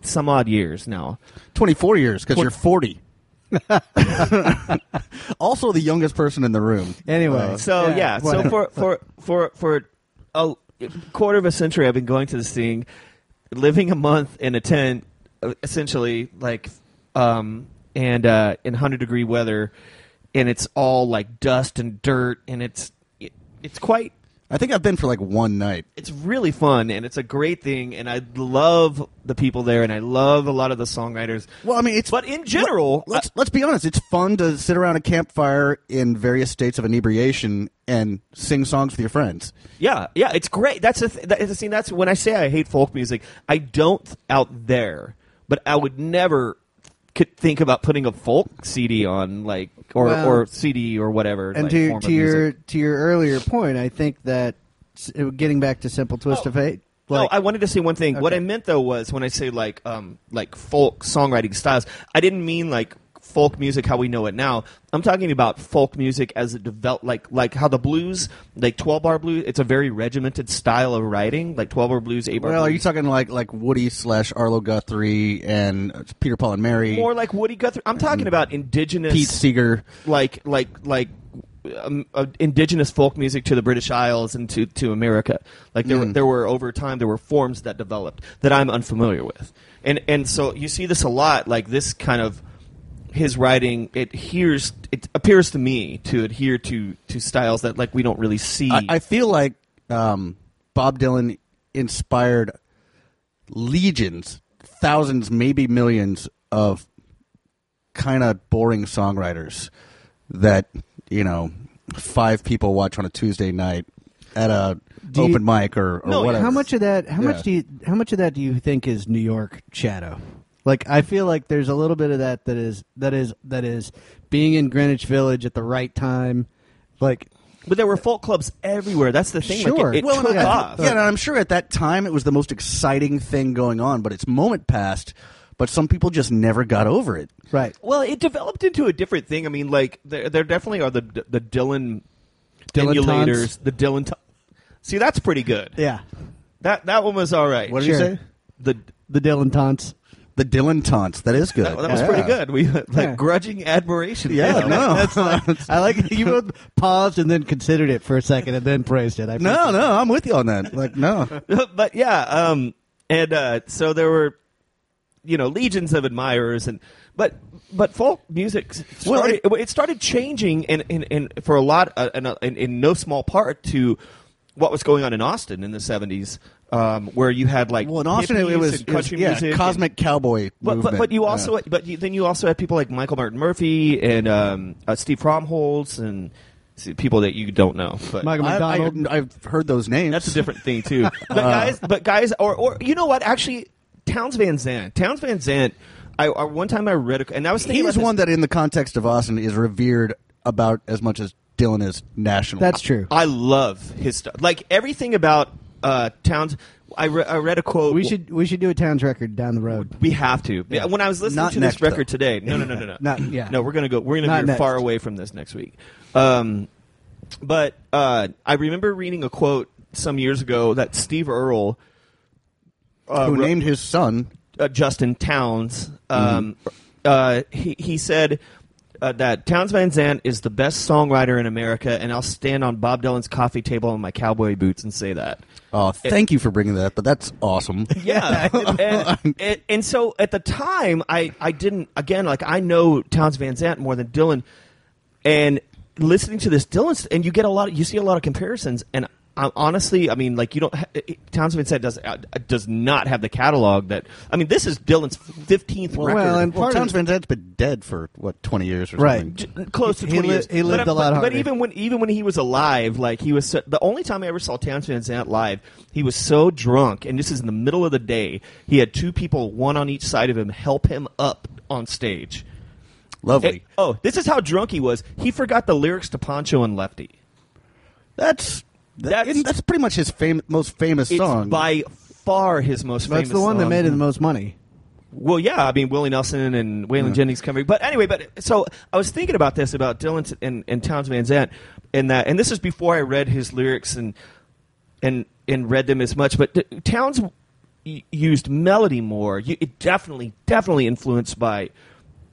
S1: some odd years now.
S3: twenty four years because you're [laughs] forty. also, the youngest person in the room. Uh,
S2: anyway.
S1: So yeah, so
S2: whatever.
S1: for for for for a quarter of a century, I've been going to this thing, living a month in a tent, uh, essentially like, um, and uh, in hundred degree weather, and it's all like dust and dirt, and it's it, it's quite
S3: I think I've been for like one night.
S1: it's really fun and it's a great thing and I love the people there and I love a lot of the songwriters.
S3: Well, I mean, it's
S1: But in general,
S3: Let, us let's be honest. It's fun to sit around a campfire in various states of inebriation and sing songs with your friends.
S1: Yeah, yeah, it's great. That's the th- that, see, that's when I say I hate folk music. I don't out there, but I would never could think about putting a folk CD on, like or
S2: Well-
S1: or CD or whatever.
S2: and
S1: like,
S2: to,
S1: form
S2: to
S1: of
S2: your
S1: music.
S2: to your earlier point, I think that s- getting back to simple twist
S1: Oh.
S2: of fate.
S1: no,
S2: Like,
S1: I wanted to say one thing. What
S2: Okay.
S1: I meant though was when I say like um like folk songwriting styles, I didn't mean like folk music how we know it now. I'm talking about folk music as it developed, like like how the blues, like 12 bar blues. It's a very regimented style of writing, like 12 bar blues, eight bar.
S3: Well, are
S1: blues.
S3: you talking like like Woody slash Arlo Guthrie and uh, Peter Paul and Mary,
S1: more like Woody Guthrie. I'm talking about indigenous,
S3: Pete Seeger?
S1: like like like um, uh, indigenous folk music to the British Isles and to, to America. Like there
S3: Hmm.
S1: were there were over time there were forms that developed that I'm unfamiliar with, and and so you see this a lot. Like this kind of his writing it hears it appears to me to adhere to to styles that like we don't really see
S3: I, I feel like um, Bob Dylan inspired legions, thousands, maybe millions of kind of boring songwriters that you know five people watch on a Tuesday night at a
S2: Do you-
S3: open mic or, or
S1: No,
S3: whatever.
S2: how much of that? How
S3: Yeah.
S2: much do you? How much of that do you think is New York shadow? Like, I feel like there's a little bit of that that is that is that is being in Greenwich Village at the right time, like
S1: but there were folk clubs everywhere that's the thing
S2: Sure.
S1: like it, it
S2: Well,
S1: took
S3: yeah,
S1: off
S3: Yeah, and I'm sure at that time it was the most exciting thing going on, but its moment passed. But some people just never got over it.
S2: right.
S1: Well, it developed into a different thing. I mean, like there, there definitely are the the Dylan,
S2: Dylan
S1: emulators,
S2: taunts.
S1: the Dylan. Ta- See, that's pretty good.
S2: Yeah,
S1: That that one was all right.
S3: What did
S2: Sure.
S3: you say?
S1: The
S2: the Dylan taunts.
S3: The Dylan taunts. That is good.
S1: oh, that, that was
S3: Yeah.
S1: pretty good. We like
S2: Yeah.
S1: grudging admiration.
S3: Yeah,
S1: Like, [laughs]
S3: no.
S1: that's like-
S2: I like that you both paused and then considered it for a second and then praised it. I
S3: No, no, I'm with you on that. Like, no.
S1: [laughs] but yeah, um, and uh, so there were, you know, legions of admirers, and but but folk music started,
S3: Well,
S1: well, it, it started changing, and in, in, for a lot, uh, in, in, in no small part to what was going on in Austin in the seventies, um, where you had like
S3: [laughs] Well, in Austin, it
S1: hippies
S3: was,
S1: and
S3: it was
S1: country
S3: yeah,
S1: music, and-
S3: cosmic cowboy
S1: but,
S3: movement.
S1: but but you
S3: Yeah.
S1: also but you, then you also had people like Michael Martin Murphy and um, uh, Steve Fromholz and see, people that you don't know, but
S2: Michael
S3: I,
S2: McDonald.
S3: have heard those names.
S1: that's a different thing too. But guys, but guys, or or you know what? Actually, Towns Van Zandt. Towns Van Zandt. I, I one time I read a, and I was thinking
S3: He is
S1: about this-
S3: one that, in the context of Austin, is revered about as much as Dylan is national.
S2: That's true.
S1: I love his stuff. Like everything about uh, Towns. I, re- I read a quote.
S2: we should we should do a Towns record down the road.
S1: We have to. Yeah, When I was listening
S3: Not
S1: to
S3: next,
S1: this record
S3: though.
S1: today, no, no, no, no, no,
S2: Not- yeah.
S1: No, we're gonna go. We're
S2: Not
S1: gonna be
S2: next.
S1: far away from this next week. Um, but uh, I remember reading a quote some years ago that Steve Earle, uh,
S3: Who
S1: wrote-
S3: named his son?
S1: uh, Justin Towns. Um, uh, he he said uh, that Towns Van Zandt is the best songwriter in America, and I'll stand on Bob Dylan's coffee table in my cowboy boots and say that.
S3: Oh, thank you for bringing that. But that's
S1: [laughs]
S3: awesome.
S1: Yeah, and, and, and so at the time, I I didn't again like I know Towns Van Zandt more than Dylan, and listening to this Dylan, st- and you get a lot, you see a lot of comparisons, and I, honestly, I mean, like you don't. Ha- it- Towns Van Sant does uh, does not have the catalog that. I mean, this is Dylan's fifteenth record.
S2: well, and
S3: Well,
S2: part
S3: Towns
S2: of,
S3: Van Zandt's been dead for what twenty years or
S2: Right.
S3: something.
S1: J- close to
S2: He
S1: 20
S2: li-
S1: years.
S2: he lived
S1: but,
S2: a lot
S1: but,
S2: harder.
S1: But even when even when he was alive, like he was so, the only time I ever saw Towns Van Zandt live, he was so drunk, and this is in the middle of the day. He had two people, one on each side of him, help him up on stage.
S3: Lovely.
S1: It- oh, this is how drunk he was. He forgot the lyrics to Poncho and Lefty.
S3: that's that,
S1: That's-
S3: isn't- that's pretty much his fam- most famous
S1: It's
S3: song.
S1: by far his most famous.
S2: that's the one that
S1: song.
S2: made him the most money.
S1: Well, yeah, I mean Willie Nelson and Waylon Jennings coming, but anyway, but so I was thinking about this about Dylan t- and, and Towns Van Zandt, and that, and this is before I read his lyrics and and and read them as much, but t- Towns y- used melody more. You, it definitely, definitely influenced by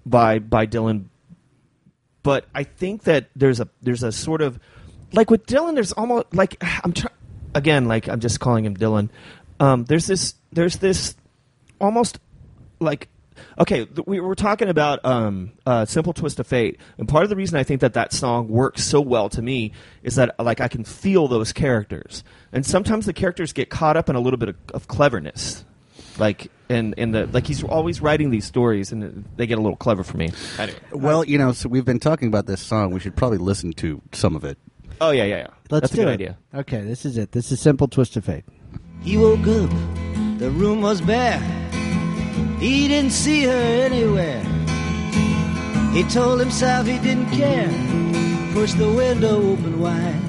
S1: by by Dylan, but I think that there's a there's a sort of like with Dylan, there's almost like I'm trying again, like I'm just calling him Dylan. Um, there's this there's this almost like okay th- we were talking about um, uh, simple twist of fate and part of the reason i think that that song works so well to me is that like i can feel those characters and sometimes the characters get caught up in a little bit of, of cleverness like and, and the like he's always writing these stories and they get a little clever for me anyway.
S3: well, you know, so we've been talking about this song. We should probably listen to some of it.
S1: oh yeah yeah yeah
S2: Let's
S1: that's
S2: do
S1: a good
S2: it.
S1: idea
S2: Okay, this is it. This is simple twist of fate.
S4: He woke up, the room was bare. He didn't see her anywhere. He told himself he didn't care, pushed the window open wide.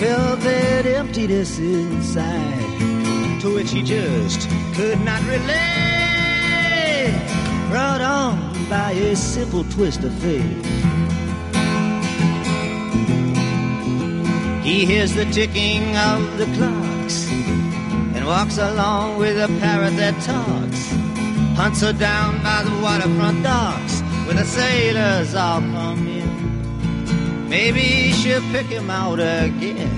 S4: Felt that emptiness inside, to which he just could not relate. Brought on by a simple twist of fate. He hears the ticking of the clocks and walks along with a parrot that talks. Hunts her down by the waterfront docks where the sailors all come in. Maybe she'll pick him out again.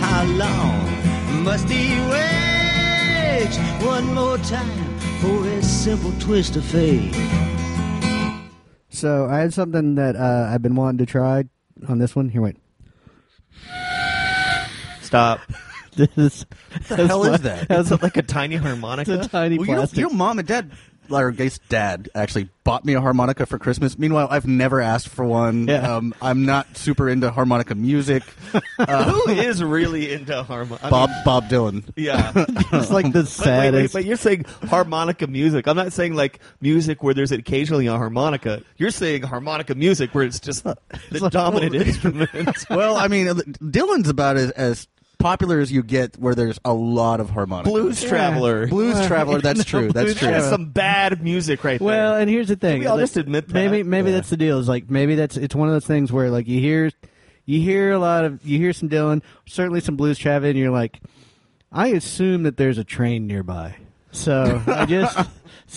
S4: How long must he wait? One more time for a simple twist of fate.
S2: So I had something that uh, I've been wanting to try on this one. Here, wait.
S1: stop
S2: [laughs] This is
S3: The hell is
S2: [laughs]
S1: [laughs]
S3: that?
S1: that's like a tiny harmonica
S2: It's a tiny
S3: Well, your,
S2: plastic.
S3: your mom and dad, or I guess dad, actually bought me a harmonica for Christmas. Meanwhile, I've never asked for one.
S2: Yeah.
S3: Um, I'm not super into harmonica [laughs] music. Uh,
S1: who is really into harmonica
S3: Bob Bob Dylan.
S1: yeah
S2: it's like
S1: But wait,
S2: the
S1: wait,
S2: saddest.
S1: but you're saying harmonica music. I'm not saying like music where there's occasionally a harmonica. You're saying harmonica music where it's just the dominant instrument.
S3: Well, I mean, Dylan's about as, as popular as you get, where there's a lot of harmonica.
S1: Blues Traveler.
S3: Blues [laughs]
S2: Well,
S3: Traveler. That's true. That's
S1: Blues-
S3: true.
S1: That's some bad music right
S2: Well,
S1: there.
S2: and here's the thing.
S1: we all
S2: like,
S1: just admit that?
S2: Maybe maybe
S1: Yeah.
S2: that's the deal. Is like maybe that's it's one of those things where like you hear you hear a lot of you hear some Dylan, certainly some blues Travis, and you're like, I assume that there's a train nearby. So I just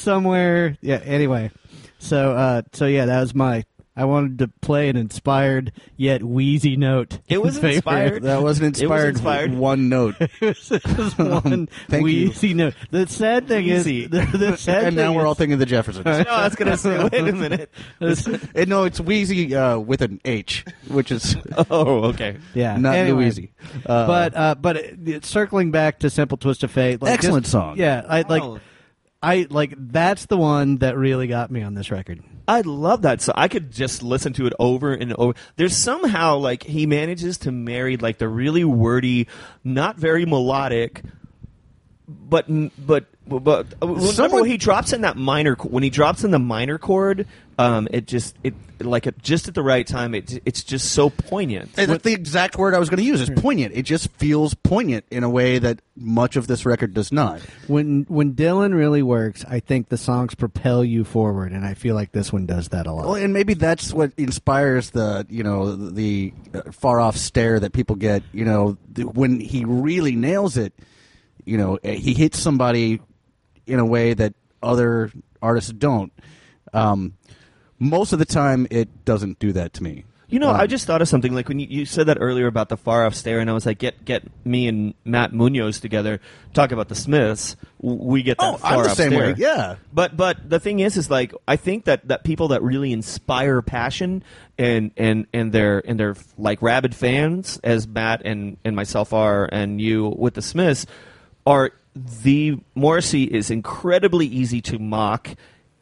S2: somewhere yeah, anyway. So uh so yeah, that was my I wanted to play an inspired yet wheezy note.
S1: It
S2: in
S1: was
S2: favor of
S1: inspired.
S3: That was an
S1: was
S3: inspired,
S1: inspired.
S3: one [laughs] note.
S2: this [laughs] one
S3: Thank you.
S2: wheezy note. The sad thing
S1: Wheezy.
S2: is, the, the sad
S3: and now
S2: thing
S3: we're all
S2: is-
S3: thinking the [laughs] Jeffersons.
S1: no, I was gonna say. Wait a minute.
S3: And no, it's Wheezy uh, with an H, which is
S1: Oh, okay.
S2: Yeah,
S3: not
S2: anyway.
S3: Louisy. Uh,
S2: but uh, but it, it- circling back to "Simple Twist of Fate," like
S3: Excellent
S2: just-
S3: song.
S2: Yeah, I like.
S1: Oh.
S2: I like that's the one that really got me on this record.
S1: I love that. So I could just listen to it over and over. There's somehow like he manages to marry like the really wordy, not very melodic, but but but remember
S3: Someone-
S1: when he drops in that minor when he drops in the minor chord, um, it just it like it, just at the right time. It it's just so poignant.
S3: And that's the exact word I was going to use
S1: Hmm.
S3: is poignant. It just feels poignant in a way that much of this record does not.
S2: When when Dylan really works, I think the songs propel you forward, and I feel like this one does that a lot.
S3: Well, and maybe that's what inspires the you know the uh, far off stare that people get. You know th- when he really nails it, you know eh, he hits somebody in a way that other artists don't. Um, most of the time, it doesn't do that to me.
S1: You know,
S3: Um,
S1: I just thought of something. Like when you, you said that earlier about the far off stare, and I was like, get get me and Matt Munoz together, talk about the Smiths. W- We get that
S3: Oh,
S1: far
S3: I'm the
S1: off
S3: same
S1: stare.
S3: way. Yeah.
S1: But but the thing is, is like I think that, that people that really inspire passion and and and their and their like rabid fans, as Matt and and myself are, and you with the Smiths, are the Morrissey is incredibly easy to mock.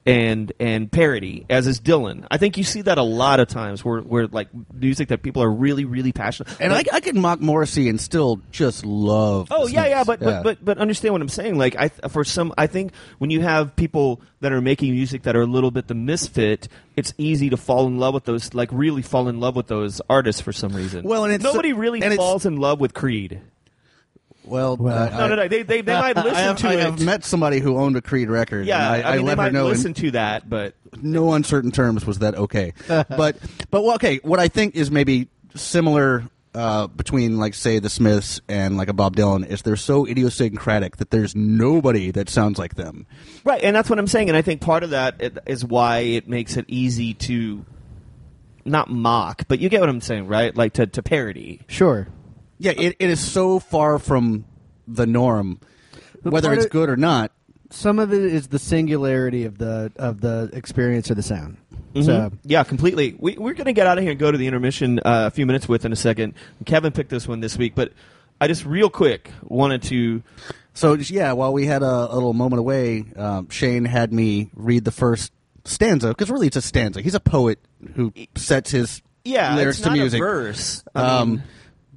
S1: And and parody, as is Dylan. I think you see that a lot of times where where like music that people are really really passionate.
S3: And
S1: like,
S3: I, I can mock Morrissey and still just love.
S1: Oh
S3: the
S1: yeah, yeah,
S3: Smiths.
S1: but, but but but understand what I'm saying. Like I th- for some, I think when you have people that are making music that are a little bit the misfit, it's easy to fall in love with those. Like really fall in love with those artists for some reason.
S3: Well, and it's-
S1: nobody really
S3: and it's-
S1: falls in love with Creed.
S3: well, uh,
S2: Well-
S3: I,
S1: No, no,
S3: I-
S1: no. They they, they might
S3: [laughs] I
S1: listen
S3: have,
S1: to
S3: I
S1: it.
S3: have met somebody who owned a Creed record.
S1: yeah,
S3: and I,
S1: I, mean,
S3: let
S1: they
S3: her
S1: might
S3: know. in
S1: listen to that, but
S3: no uncertain terms was that
S1: [laughs]
S3: okay. but but well, okay, what I think is maybe similar uh, between like say the Smiths and like a Bob Dylan is they're so idiosyncratic that there's nobody that sounds like them.
S1: right, and that's what I'm saying. And I think part of that i- is why it makes it easy to not mock, but you get what I'm saying, right? Like to to parody.
S2: Sure.
S3: Yeah, it, it is so far from the norm, whether
S2: part
S3: it's
S2: of-
S3: good or not.
S2: Some of it is the singularity of the of the experience of the sound.
S3: Mm-hmm.
S2: So
S1: uh, Yeah, completely. We, we're going to get out of here and go to the intermission uh, a few minutes with in a second. Kevin picked this one this week, but I just real quick wanted to.
S3: So just- yeah, while we had a, a little moment away, um, Shane had me read the first stanza because really it's a stanza. He's a poet who sets his
S1: Yeah,
S3: lyrics
S1: it's not
S3: to music.
S1: a verse. I
S3: Um,
S1: mean,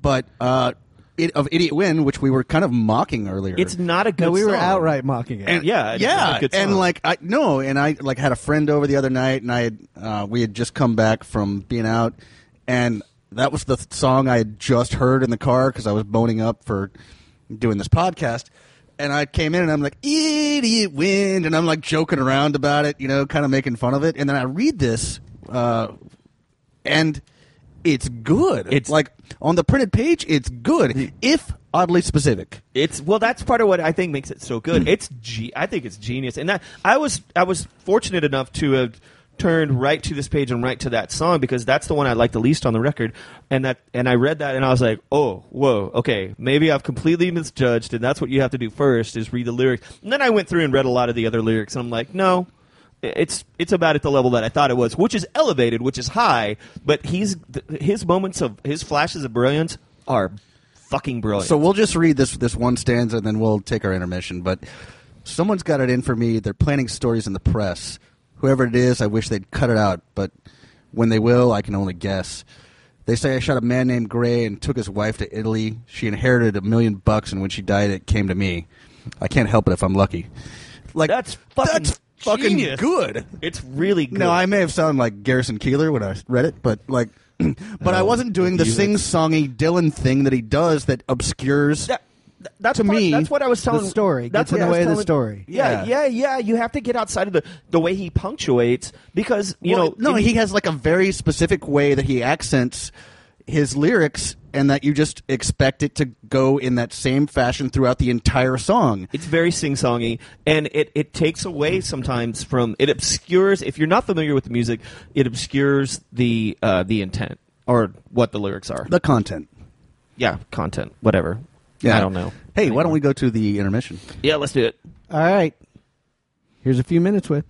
S3: but uh, it, of Idiot Win, which we were kind of mocking earlier.
S1: it's not a good.
S2: no, we were
S1: song.
S2: outright mocking it.
S3: and,
S1: yeah, it's
S3: yeah,
S1: a good
S3: and
S1: song.
S3: like I no, and I like had a friend over the other night, and I had, uh, we had just come back from being out, and that was the th- song I had just heard in the car because I was boning up for doing this podcast. And I came in and I'm like, idiot wind. And I'm like joking around about it, you know, kind of making fun of it. And then I read this uh, and it's good.
S1: It's- Mm.
S3: like on the printed page, it's good if oddly specific.
S1: It's well, that's part of what I think makes it so good. It's ge- I think it's genius, and that I was I was fortunate enough to have turned right to this page and right to that song because that's the one I like the least on the record, and that and I read that and I was like, oh, whoa, okay, maybe I've completely misjudged, and that's what you have to do first is read the lyrics. And then I went through and read a lot of the other lyrics, and I'm like, no. It's it's about at the level that I thought it was, which is elevated, which is high. But he's th- his moments of his flashes of brilliance are fucking brilliant.
S3: So we'll just read this this one stanza and then we'll take our intermission. But someone's got it in for me. They're planning stories in the press. Whoever it is, I wish they'd cut it out. But when they will, I can only guess. They say I shot a man named Gray and took his wife to Italy. She inherited a million bucks, and when she died, it came to me. I can't help it if I'm lucky. Like
S1: That's fucking
S3: that's fucking
S1: genius.
S3: good.
S1: It's really good.
S3: No, I may have sounded like Garrison Keeler when I read it, but like, [clears throat] but I wasn't doing the
S1: you-
S3: sing-songy Dylan thing that he does that obscures.
S1: That- that- that's
S3: To
S1: what-
S3: me,
S1: that's what I was telling.
S2: story
S1: That's
S2: gets
S1: what
S2: in the
S1: I was
S2: way of the
S1: telling-
S2: story.
S1: Yeah, yeah,
S3: Yeah.
S1: yeah, You have to get outside of the the way he punctuates because you
S3: Well,
S1: know.
S3: no,
S1: in-
S3: he has like a very specific way that he accents his lyrics, and that you just expect it to go in that same fashion throughout the entire song.
S1: It's very sing-songy, and it, it takes away sometimes from it obscures. If you're not familiar with the music, it obscures the uh, the intent or what the lyrics are.
S3: The content.
S1: yeah, content, whatever. I don't know.
S3: Hey, why don't we go to the intermission?
S1: Yeah, let's do it.
S2: All right. Here's a few minutes with.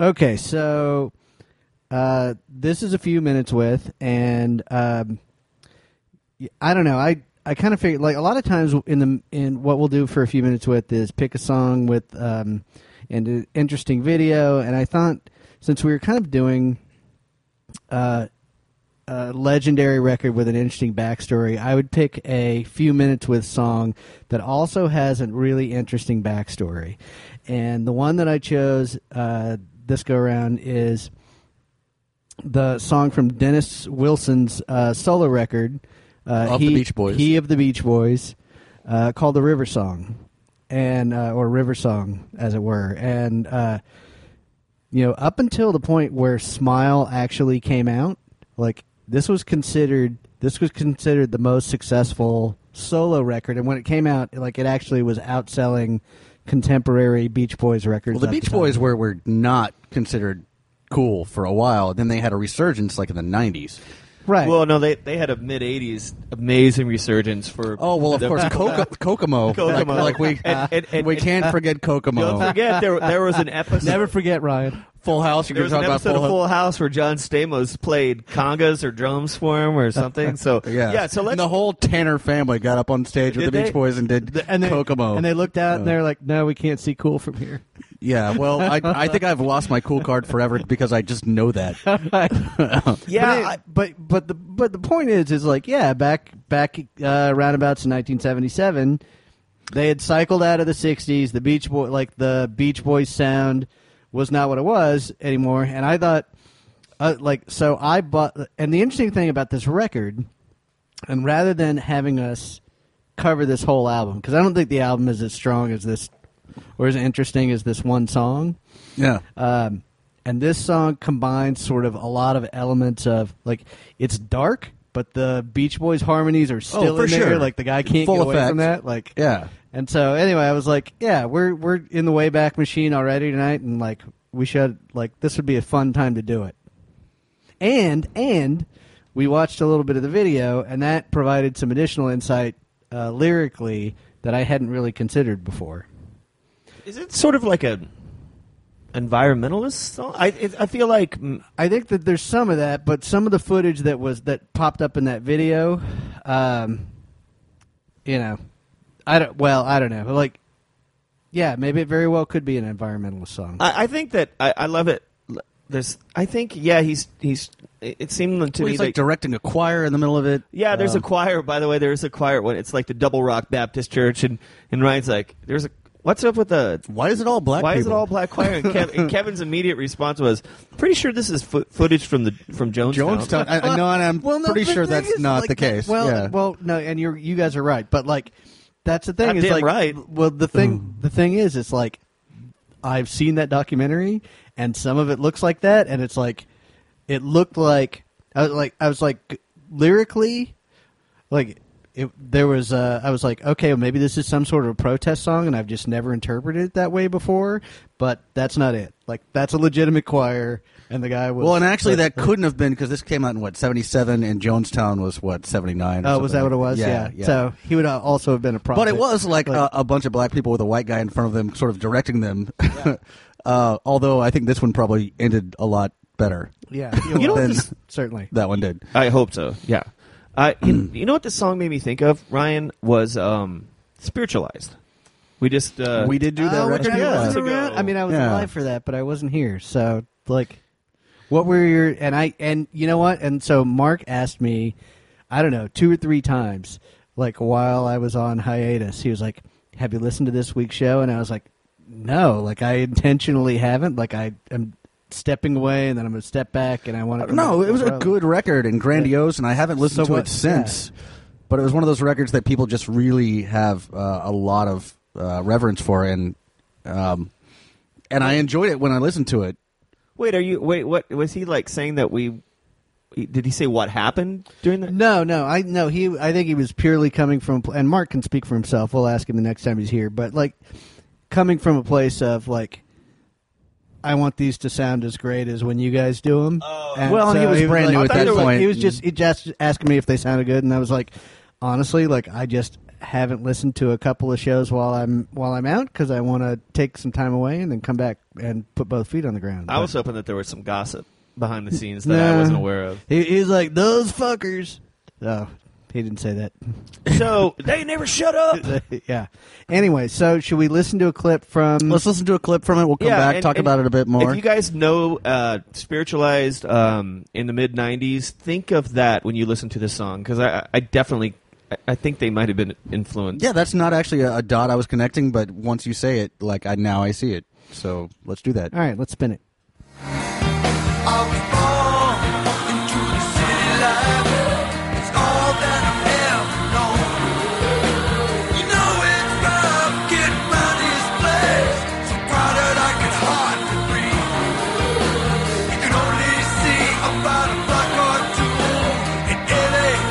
S2: Okay, so uh, this is a few minutes with, and um, y- I don't know. I I kind of figure like a lot of times in the in what we'll do for a few minutes with is pick a song with um, and an interesting video, and I thought since we were kind of doing uh, a legendary record with an interesting backstory, I would pick a few minutes with song that also has a really interesting backstory, and the one that I chose uh, this go around is the song from Dennis Wilson's uh, solo record. Uh,
S3: Of the Beach Boys.
S2: He of the Beach Boys, uh, called the River Song, and uh, or River Song, as it were. And uh, you know, up until the point where Smile actually came out, like this was considered this was considered the most successful solo record, and when it came out, like it actually was outselling contemporary Beach Boys records.
S3: Well, the
S2: at
S3: Beach
S2: time.
S3: Boys were, were not considered cool for a while. Then they had a resurgence like in the 90s.
S2: right?
S1: Well, no, they they had a mid '80s amazing resurgence for.
S3: Oh, well, of
S1: the- [laughs]
S3: course, Coco- Kokomo. Like,
S1: Kokomo.
S3: like we,
S1: And- and- and- uh,
S3: we can't forget Kokomo.
S1: Don't forget there there was an episode.
S2: never forget Ryan.
S3: Full House. You
S1: there
S3: can
S1: was an
S3: talk about
S1: episode
S3: Full
S1: of
S3: House.
S1: Full House where John Stamos played congas or drums for him or something. So
S3: [laughs] Yeah.
S1: yeah. So let's
S3: and the whole Tanner family got up on stage with
S1: Did
S3: [laughs] the Beach
S1: they?
S3: Boys and did
S2: And they,
S3: Kokomo.
S2: and they looked out and they're like, "No, we can't see cool from here."
S3: yeah, well, I, I think I've lost my cool card forever because I just know
S1: [laughs]
S3: that.
S1: yeah.
S2: but, it- but but the but the point is is like yeah back back uh, roundabouts in 1977 they had cycled out of the 60s the beach boy like the beach boys sound was not what it was anymore and i thought uh, like so i bought and the interesting thing about this record and rather than having us cover this whole album because i don't think the album is as strong as this or as interesting as this one song
S3: yeah.
S2: um, and this song combines sort of a lot of elements of like it's dark, but the Beach Boys harmonies are still
S3: Oh, for
S2: in there.
S3: sure.
S2: Like the guy can't
S3: Full
S2: get away
S3: effect.
S2: from that. Like
S3: Yeah.
S2: And so anyway, I was like, yeah, we're we're in the Wayback Machine already tonight, and like we should like this would be a fun time to do it. And and we watched a little bit of the video, and that provided some additional insight uh, lyrically that I hadn't really considered before.
S1: Is it sort of like a environmentalist song? I it, I feel like mm,
S2: I think that there's some of that, but some of the footage that was that popped up in that video, um, you know, I don't. Well, I don't know. Like, yeah, maybe it very well could be an environmentalist song.
S1: I, I think that I, I love it. L- There's I think yeah he's he's it it seemed to
S3: Well,
S1: me
S3: he's like
S1: that-
S3: directing a choir in the middle of it.
S1: yeah there's a
S3: Um,
S1: choir by the way there's a choir one it's like the Double Rock Baptist Church and and Ryan's like there's a what's up with the
S3: Why is it all black?
S1: why is it
S3: people?
S1: all black choir? And, Kev- and Kevin's immediate response was, "Pretty sure this is fo- footage from the from Jonestown."
S3: Jonestown. I, I, no, and I'm
S2: well, no,
S3: pretty
S2: but the
S3: sure
S2: thing
S3: that's
S2: is,
S3: not
S2: like,
S3: the case.
S2: Well,
S3: yeah.
S2: well, no, and you are you guys are right, but like that's the thing is
S1: Goddamn
S2: like
S1: right.
S2: well the thing
S3: Mm.
S2: the thing is it's like I've seen that documentary and some of it looks like that and it's like it looked like I was like I was like lyrically like it, there was uh, I was like okay well, maybe this is some sort of a protest song and I've just never interpreted it that way before but that's not it like that's a legitimate choir and the guy was
S3: Well, and actually,
S2: but-
S3: that couldn't have been because this came out in what '77, and Jonestown was what '79.
S2: Oh, was that what it was? Yeah. So he would uh, also have been a prophet.
S3: but it was like,
S2: Like-
S3: a, a bunch of black people with a white guy in front of them, sort of directing them. [laughs] uh, although I think this one probably ended a lot better. [laughs]
S2: yeah.
S3: You know
S2: well,
S3: what
S2: then-
S3: this-
S2: certainly.
S3: That one did.
S1: I hope so. Yeah. I you, you know what this song made me think of, Ryan, was um, spiritualized. We just uh,
S3: we did do that
S2: Oh, which
S3: record.
S2: I
S1: yeah.
S2: wasn't
S1: Years ago.
S2: around- I mean, I was
S3: Yeah.
S2: alive for that, but I wasn't here. So, like, what were your and I and you know what? And so Mark asked me, I don't know, two or three times, like while I was on hiatus, he was like, "Have you listened to this week's show?" And I was like, "No, like I intentionally haven't. Like I am." Stepping away, and then I'm going to step back, and I want to.
S3: Uh, No, it was a good record and grandiose, and I haven't
S2: So
S3: listened to
S2: what-
S3: it since. But it was one of those records that people just really have uh, a lot of uh, reverence for, and um, and I enjoyed it when I listened to it.
S1: Wait, are you wait? What was he like saying that we? he- Did he say what happened during that?
S2: No, no, I no. He, I think he was purely coming from, and Mark can speak for himself. We'll ask him the next time he's here. But like, coming from a place of like, I want these to sound as great as when you guys do them. Oh,
S3: Well, he was brand new
S1: at that
S3: point.
S2: He was just he just asking me if they sounded good, and I was like, honestly, like I just haven't listened to a couple of shows while I'm while I'm out because I want to take some time away and then come back and put both feet on the ground.
S1: I
S2: But-
S1: was hoping that there was some gossip behind the scenes that I
S2: Nah.
S1: wasn't aware
S2: [laughs]
S1: of.
S2: He, he was like those fuckers. Oh, he didn't say that.
S1: So they never shut up.
S2: [laughs] yeah. Anyway, so should we listen to a clip from?
S3: Let's listen to a clip from it. We'll come back,
S1: and-
S3: talk
S1: and
S3: about it a bit more.
S1: If you guys know uh, spiritualized um, in the mid '90s, think of that when you listen to this song because I, I definitely, I- I think they might have been influenced.
S3: yeah, that's not actually a, a dot I was connecting, but once you say it, like I now I see it. So let's do that.
S2: All right, let's spin it.
S5: I was born into the city life. It's all that I've ever known. You know it's rough getting round this place. So crowded I could hardly breathe. You can only see about a block or two.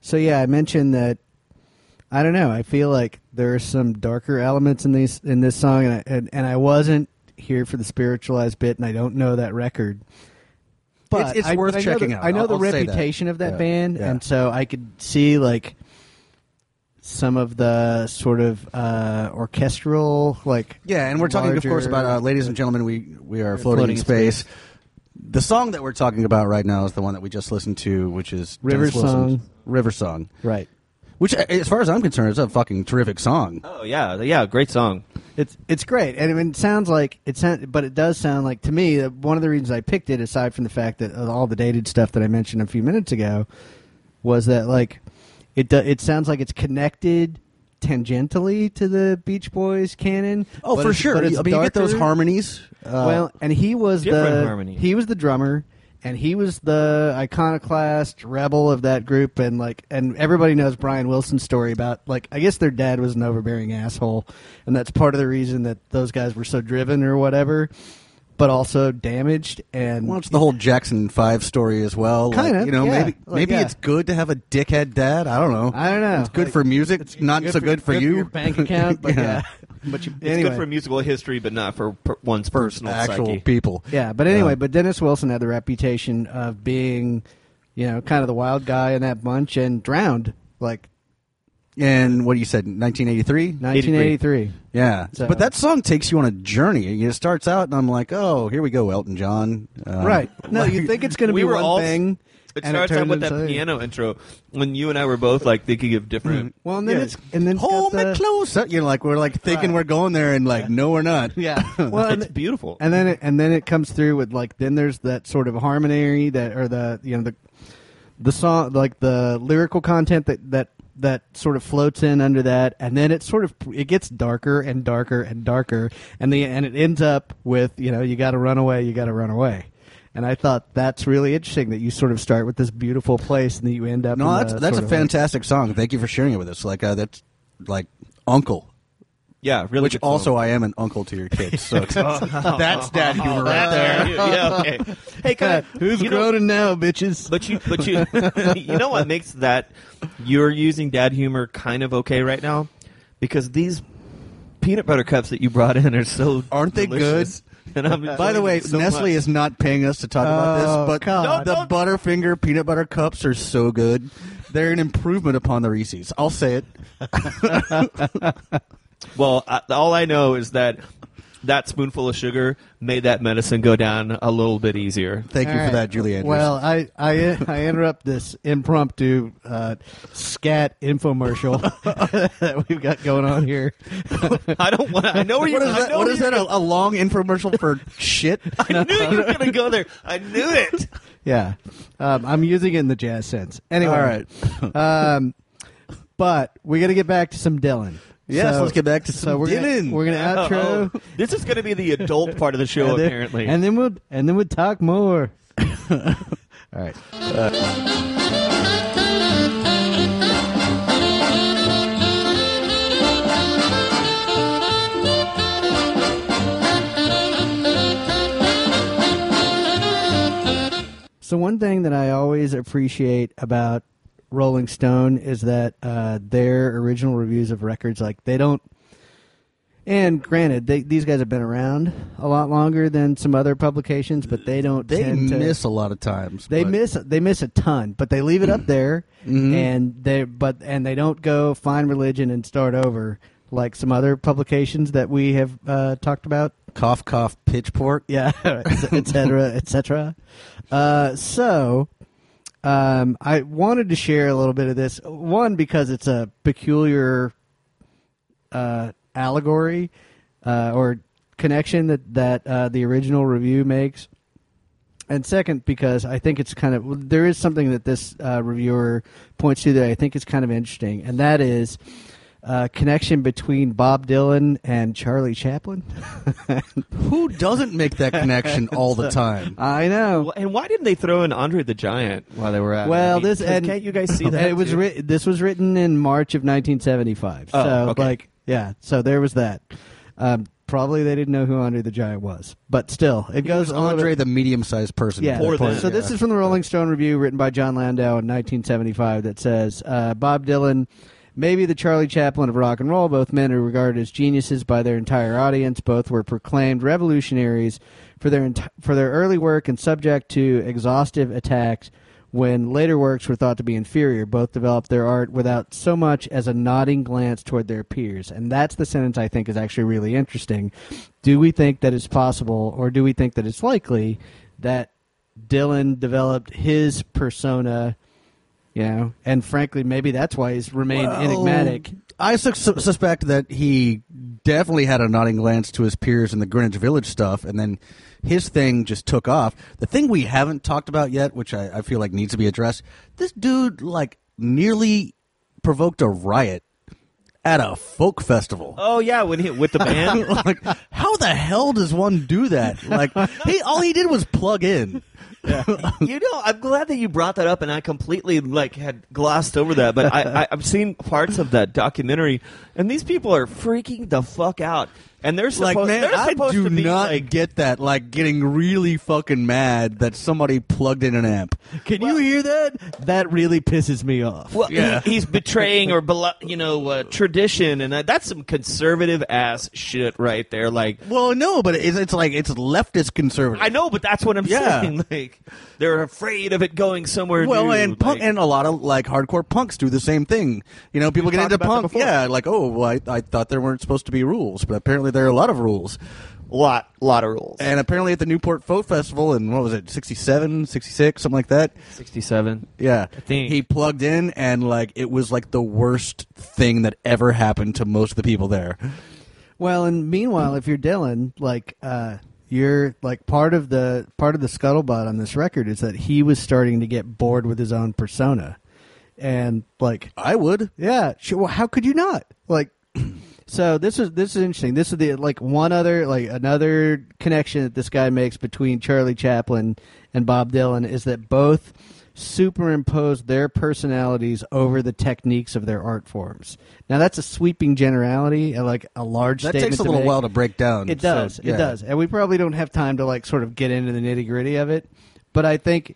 S2: So yeah, I mentioned that. I don't know. I feel like there are some darker elements in these in this song, and I, and, and I wasn't here for the spiritualized bit, and I don't know that record. But
S3: It's- it's
S2: I,
S3: worth
S2: I know
S3: checking
S2: the-
S3: out.
S2: I know
S3: I'll-
S2: the
S3: I'll say that.
S2: reputation of that
S3: Yeah.
S2: band,
S3: Yeah.
S2: and so I could see like some of the sort of uh, orchestral, like
S3: Yeah, and we're talking, of course,
S2: larger-
S3: about uh, ladies and gentlemen. We we are floating, in space. The song that we're talking about right now is the one that we just listened to, which is
S2: River
S3: Dennis Wilson's
S2: Song.
S3: River Song,
S2: right.
S3: which, uh, as far as I'm concerned, is a fucking terrific song.
S1: Oh yeah, yeah, great song.
S2: It's it's great, and I mean, it sounds like it sound, but it does sound like to me that one of the reasons I picked it, aside from the fact that of all the dated stuff that I mentioned a few minutes ago, was that like it do, it sounds like it's connected tangentially to the Beach Boys canon.
S3: Oh,
S2: but
S3: for
S2: it's-
S3: sure.
S2: but
S3: I
S2: it's
S3: mean, you get those
S2: darker.
S3: harmonies. Uh,
S2: well, and he was
S1: different
S2: the
S1: harmonies.
S2: he was the drummer, and he was the iconoclast rebel of that group, and like, and everybody knows Brian Wilson's story about like, I guess their dad was an overbearing asshole, and that's part of the reason that those guys were so driven or whatever, but also damaged and
S3: Well, it's the whole Jackson Five story as well. Like,
S2: Kinda,
S3: you know,
S2: yeah.
S3: maybe
S2: Like,
S3: maybe
S2: yeah.
S3: it's good to have a dickhead dad. I don't know.
S2: I don't know.
S3: It's good
S2: Like,
S3: for music, not so good for you.
S2: your bank account,
S3: [laughs]
S2: but yeah.
S3: but you,
S1: It's
S2: anyway.
S1: good for musical history, but not for per- one's personal
S3: actual
S1: psyche.
S3: people.
S2: Yeah, but anyway, but Dennis Wilson had the reputation of being, you know, kind of the wild guy in that bunch and drowned like
S3: And what you said, 1983.
S2: 1983.
S3: Yeah,
S2: So-
S3: but that song takes you on a journey. It starts out, and I'm like, "Oh, here we go, Elton John." Um,
S2: Right. No, you think it's going to
S1: we
S2: be
S1: were
S2: one
S1: all-
S2: thing.
S1: It
S2: and
S1: starts
S2: turns
S1: out with that
S2: into-
S3: eh?
S1: piano intro when you and I were both like thinking of different.
S2: Well, and then
S3: Yeah.
S2: it's and then it's
S3: Hold
S2: got
S3: me
S2: the-
S3: close. You know, like we're like thinking we're going there, and like, no, we're not.
S2: Yeah.
S1: [laughs]
S2: Well,
S1: it's
S2: and,
S1: beautiful.
S2: and then it, and then it comes through with like then there's that sort of harmony that or the you know the the song like the lyrical content that that that sort of floats in under that and then it sort of it gets darker and darker and darker and the and it ends up with you know you got to run away you got to run away and I thought that's really interesting that you sort of start with this beautiful place and that you end up in
S3: No, that's
S2: the
S3: that's a
S2: sort of, like-
S3: fantastic song. Thank you for sharing it with us. Like uh, that's like Uncle,
S1: yeah, really.
S3: which
S1: good
S3: also
S1: song.
S3: I am an uncle to your kids. So
S2: [laughs] Oh.
S3: that's dad humor right
S1: Yeah,
S3: there.
S1: Oh, yeah,
S3: [laughs]
S1: okay. Hey, kind
S2: Who's
S1: you know-
S2: groaning now, bitches?
S1: But you, but you, [laughs] you know what makes that you're using dad humor kind of okay right now, because these peanut butter cups that you brought in are so
S3: Aren't they
S1: delicious. And I'm
S3: By the
S1: enjoying
S3: way,
S1: them so
S3: Nestle
S1: much.
S3: is not paying us to talk
S2: Oh,
S3: about this, but
S2: God.
S3: the
S1: Don't-
S3: Butterfinger peanut butter cups are so good. They're an improvement upon the Reese's. I'll say it.
S1: Well, I, all I know is that that spoonful of sugar made that medicine go down a little bit easier.
S3: Thank you
S2: All
S3: for
S2: right.
S3: that, Julie Andrews.
S2: Well, I I, I interrupt this impromptu uh, scat infomercial [laughs] that we've got going on here.
S1: I don't want. I know where you.
S3: what is
S1: I
S3: that?
S1: know
S3: What
S1: where
S3: is
S1: you're
S3: that? A, a long
S2: [laughs]
S3: infomercial for shit?
S1: I knew you were going to go there. I knew it.
S2: Yeah, um, I'm using it in the jazz sense. Anyway,
S3: [laughs]
S2: [laughs]
S3: All right.
S2: um, but we got to get back to some Dylan.
S3: Yes,
S2: So-
S3: let's get back to
S2: so
S3: some
S2: we're
S3: Dylan.
S2: Gonna, we're
S1: [laughs]
S2: gonna outro.
S1: Uh-oh. Oh, This is going to be the adult part of the show,
S2: and then-
S1: apparently.
S2: and then we'll and then we'll talk more. [laughs] All right. So one thing that I always appreciate about Rolling Stone is that uh, their original reviews of records, like they don't. And granted, they, these guys have been around a lot longer than some other publications, but they don't.
S3: they
S2: tend to-
S3: miss a lot of times.
S2: They
S3: but-
S2: miss they miss a ton, but they leave it
S3: Mm-hmm.
S2: up there, and they but and they don't go find religion and start over like some other publications that we have uh, talked about
S3: cough cough
S2: [laughs]
S3: pitchfork.
S2: yeah, et cetera, et cetera. Uh, so, um, I wanted to share a little bit of this. One, because it's a peculiar uh, allegory uh, or connection that that uh, the original review makes, and second, because I think it's kind of there is something that this uh, reviewer points to that I think is kind of interesting, and that is. Uh, connection between Bob Dylan and Charlie Chaplin. [laughs]
S3: Who doesn't make that connection
S2: [laughs]
S3: all the time?
S2: I know.
S1: Well, and why didn't they throw in Andre the Giant while they were at it?
S2: Well,
S1: I mean,
S2: this
S1: 'cause
S2: and
S1: can't you guys
S2: [laughs]
S3: [laughs]
S1: see
S2: and
S1: that?
S2: It was
S1: too?
S2: writ- this was written in March of 1975.
S1: Oh,
S2: so
S1: okay.
S2: like yeah, so there was that. Um, Probably they didn't know who Andre the Giant was, but still, it goes on.
S3: Andre, the medium-sized person.
S2: Yeah.
S1: Poor them.
S2: So this is from the Rolling Stone review written by John Landau in 1975 that says uh, Bob Dylan, maybe the Charlie Chaplin of rock and roll. Both men are regarded as geniuses by their entire audience. Both were proclaimed revolutionaries for their ent- for their early work and subject to exhaustive attacks. When later works were thought to be inferior, both developed their art without so much as a nodding glance toward their peers. And that's the sentence I think is actually really interesting. Do we think that it's possible, or do we think that it's likely that Dylan developed his persona, you know, and frankly, maybe that's why he's remained
S1: Oh.
S2: enigmatic.
S3: I sus- suspect that he definitely had a nodding glance to his peers in the Greenwich Village stuff, and then his thing just took off. The thing we haven't talked about yet, which I, I feel like needs to be addressed, this dude like nearly provoked a riot at a folk festival.
S1: Oh yeah, when he with the band.
S3: [laughs] like, how the hell does one do that? Like, he all he did was plug in.
S1: you know, I'm glad that you brought that up, and I completely like had glossed over that. But I, I, I've seen parts of that documentary, and these people are freaking the fuck out. And they're supposed,
S3: Like, man,
S1: they're
S3: I
S1: supposed
S3: do
S1: to be
S3: not
S1: like,
S3: get that. Like, getting really fucking mad that somebody plugged in an amp.
S2: Can you hear that? That really pisses me off.
S1: well,
S3: [laughs] Yeah.
S1: he, he's betraying or belo- you know uh, tradition, and that, that's some conservative ass shit right there. Like,
S3: Well, no, but it's, it's like it's leftist conservative.
S1: I know, but that's what I'm
S3: Yeah.
S1: saying. [laughs] Like, they're afraid of it going somewhere.
S3: Well,
S1: new,
S3: and punk,
S1: like-
S3: and a lot of like hardcore punks do the same thing. You know, people get
S1: talked
S3: into
S1: about that
S3: punk.
S1: before.
S3: Yeah, like oh, well, I, I thought there weren't supposed to be rules, but apparently there are a lot of rules.
S1: lot, lot of rules.
S3: And apparently at the Newport Folk Festival in what was it, 67, 66, something like that.
S1: Sixty-seven.
S3: Yeah,
S1: think.
S3: he plugged in and like it was like the worst thing that ever happened to most of the people there.
S2: Well, and meanwhile, if you're Dylan, like uh, you're like part of the part of the scuttlebutt on this record is that he was starting to get bored with his own persona, and like
S3: I would.
S2: Yeah. Sure. Well, how could you not? Like, [clears throat] so this is this is interesting. This is the like one other like another connection that this guy makes between Charlie Chaplin and Bob Dylan is that both superimposed their personalities over the techniques of their art forms. Now that's a sweeping generality and like a large.
S3: That
S2: statement
S3: takes a little
S2: make.
S3: while to break down.
S2: It
S3: so,
S2: does.
S3: yeah.
S2: It does. And we probably don't have time to like sort of get into the nitty gritty of it. But I think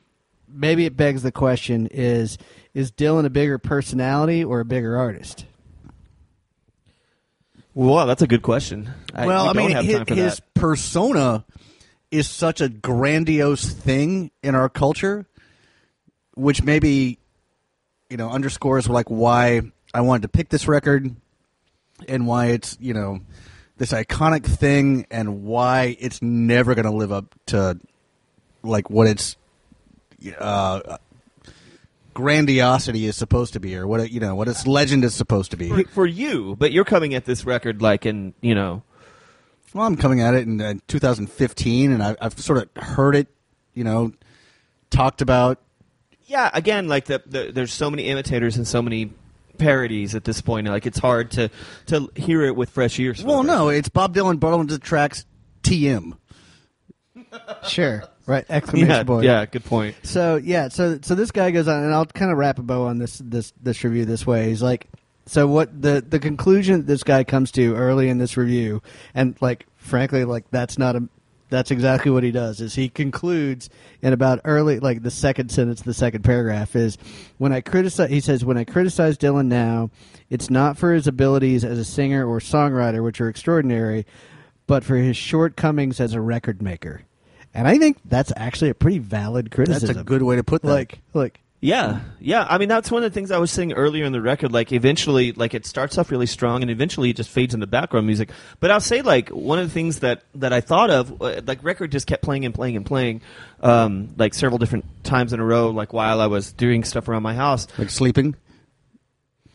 S2: maybe it begs the question is is Dylan a bigger personality or a bigger artist?
S1: Well, that's a good question. I,
S3: well,
S1: we
S3: I mean,
S1: don't have
S3: hi-
S1: time for
S3: his
S1: that.
S3: persona is such a grandiose thing in our culture, which maybe you know underscores like why I wanted to pick this record and why it's you know this iconic thing and why it's never going to live up to like what its uh, grandiosity is supposed to be or what it, you know what its legend is supposed to be.
S1: for, for you, but you're coming at this record like in you know.
S3: Well, I'm coming at it in uh, 2015, and I, I've sort of heard it, you know, talked about.
S1: Yeah, again, like the, the there's so many imitators and so many parodies at this point. Like it's hard to to hear it with fresh ears. for
S3: Well,
S1: the
S3: no, it's Bob Dylan borrowed the tracks TM.
S2: Sure. Right.
S1: first-
S2: Exclamation
S1: yeah,
S2: point.
S1: yeah, good point.
S2: So yeah, so so this guy goes on, and I'll kind of wrap a bow on this this this review this way. He's like, so what the the conclusion that this guy comes to early in this review, and like frankly, like that's not a that's exactly what he does. Is he concludes in about early like the second sentence, the second paragraph is when I criticize. He says when I criticize Dylan now, it's not for his abilities as a singer or songwriter, which are extraordinary, but for his shortcomings as a record maker. And I think that's actually a pretty valid
S3: That's
S2: criticism.
S3: a good way to put that.
S2: Like, like,
S1: Yeah, yeah. I mean, that's one of the things I was saying earlier in the record. Like, eventually, like it starts off really strong, and eventually it just fades into background music. But I'll say, like, one of the things that that I thought of, uh, like, record just kept playing and playing and playing, um, like several different times in a row. Like while I was doing stuff around my house,
S3: like sleeping.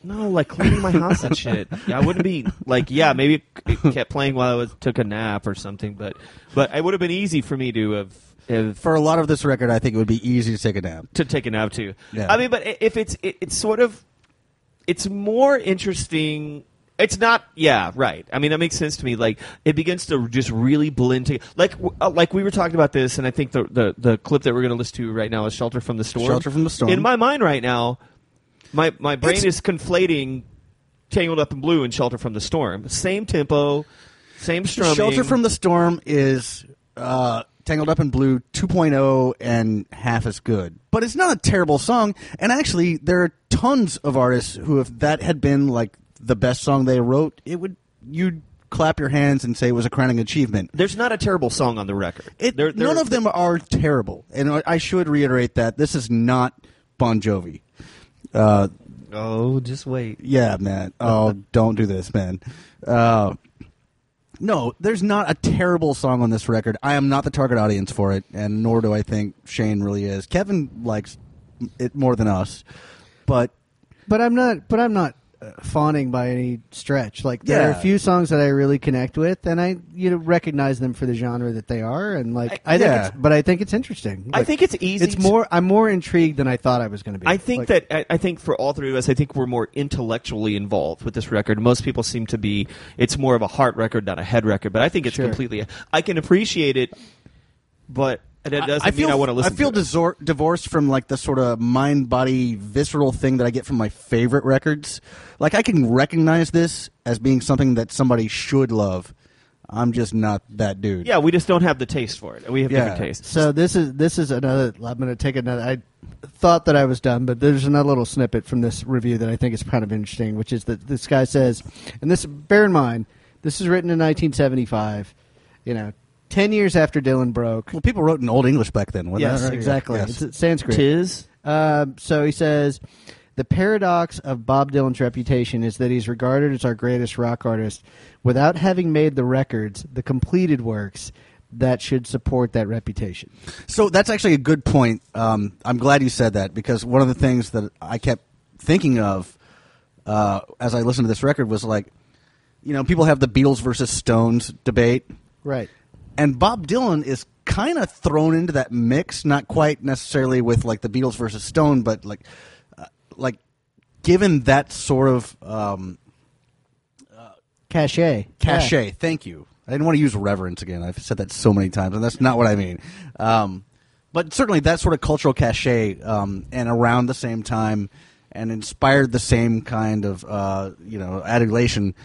S1: No, like cleaning my house and shit. Yeah, I wouldn't be like, yeah, maybe it kept playing while I was took a nap or something. But but it would have been easy for me to have, have
S3: For a lot of this record, I think it would be easy to take a nap.
S1: to take a nap to.
S3: Yeah.
S1: I mean, but i- if it's it, it's sort of it's more interesting. It's not, yeah, right. I mean, that makes sense to me. Like, it begins to just really blend together. Like, w- uh, like we were talking about this, and I think the the, the clip that we're going to listen to right now is "Shelter from the Storm."
S3: Shelter from the Storm.
S1: In my mind right now, my my brain
S3: It's-
S1: is conflating "Tangled Up in Blue" and "Shelter from the Storm." Same tempo, Same strumming.
S3: Shelter from the Storm is uh, Tangled Up in Blue 2.0 and half as good. But it's not a terrible song. And actually, there are tons of artists who, if that had been like the best song they wrote, it would you'd clap your hands and say it was a crowning achievement.
S1: There's not a terrible song on the record.
S3: It,
S1: There- there-
S3: none of them are terrible, and I- I should reiterate that this is not Bon Jovi. Uh,
S1: Oh, just wait.
S3: yeah, man.
S1: [laughs]
S3: Oh, don't do this, man. Uh, no, there's not a terrible song on this record. I am not the target audience for it, and nor do I think Shane really is. Kevin likes it more than us, but
S2: but I'm not. But I'm not uh, fawning by any stretch. Like there are
S3: Yeah.
S2: a few songs that I really connect with, and I you know recognize them for the genre that they are, and like I, think.
S3: yeah.
S2: It's, but I think it's interesting.
S1: I
S2: Like,
S1: think it's easy
S2: It's
S1: to-
S2: more. I'm more intrigued than I thought I was going to be.
S1: I think
S2: Like,
S1: that I, I think for all three of us, I think we're more intellectually involved with this record. Most people seem to be. It's more of a heart record, not a head record. But I think it's
S2: Sure.
S1: completely. I can appreciate it, but that doesn't
S3: I feel
S1: mean I want to listen.
S3: I feel
S1: to it.
S3: disor- divorced from like the sort of mind body visceral thing that I get from my favorite records. Like I can recognize this as being something that somebody should love. I'm just not that dude.
S1: Yeah, we just don't have the taste for it. We have different
S3: Yeah.
S1: tastes.
S2: So this is this is another. I'm going to take another. I thought that I was done, but there's another little snippet from this review that I think is kind of interesting, which is that this guy says, and this bear in mind, this is written in 1975. You know, ten years after Dylan broke.
S3: Well, people wrote in Old English back then. wasn't
S2: Yes,
S3: that right?
S2: exactly.
S3: Yes.
S2: It's Sanskrit.
S1: Tis.
S2: Um, so he says, the paradox of Bob Dylan's reputation is that he's regarded as our greatest rock artist without having made the records, the completed works that should support that reputation.
S3: So that's actually a good point. Um, I'm glad you said that because one of the things that I kept thinking of uh, as I listened to this record was like, you know, people have the Beatles versus Stones debate,
S2: Right.
S3: and Bob Dylan is kind of thrown into that mix, not quite necessarily with like the Beatles versus Stone, but like, uh, like given that sort of um,
S2: Cachet.
S3: cachet. Thank you. I didn't want to use reverence again. I've said that so many times, and that's not what I mean. Um, but certainly that sort of cultural cachet, um, and around the same time, and inspired the same kind of uh, you know adulation.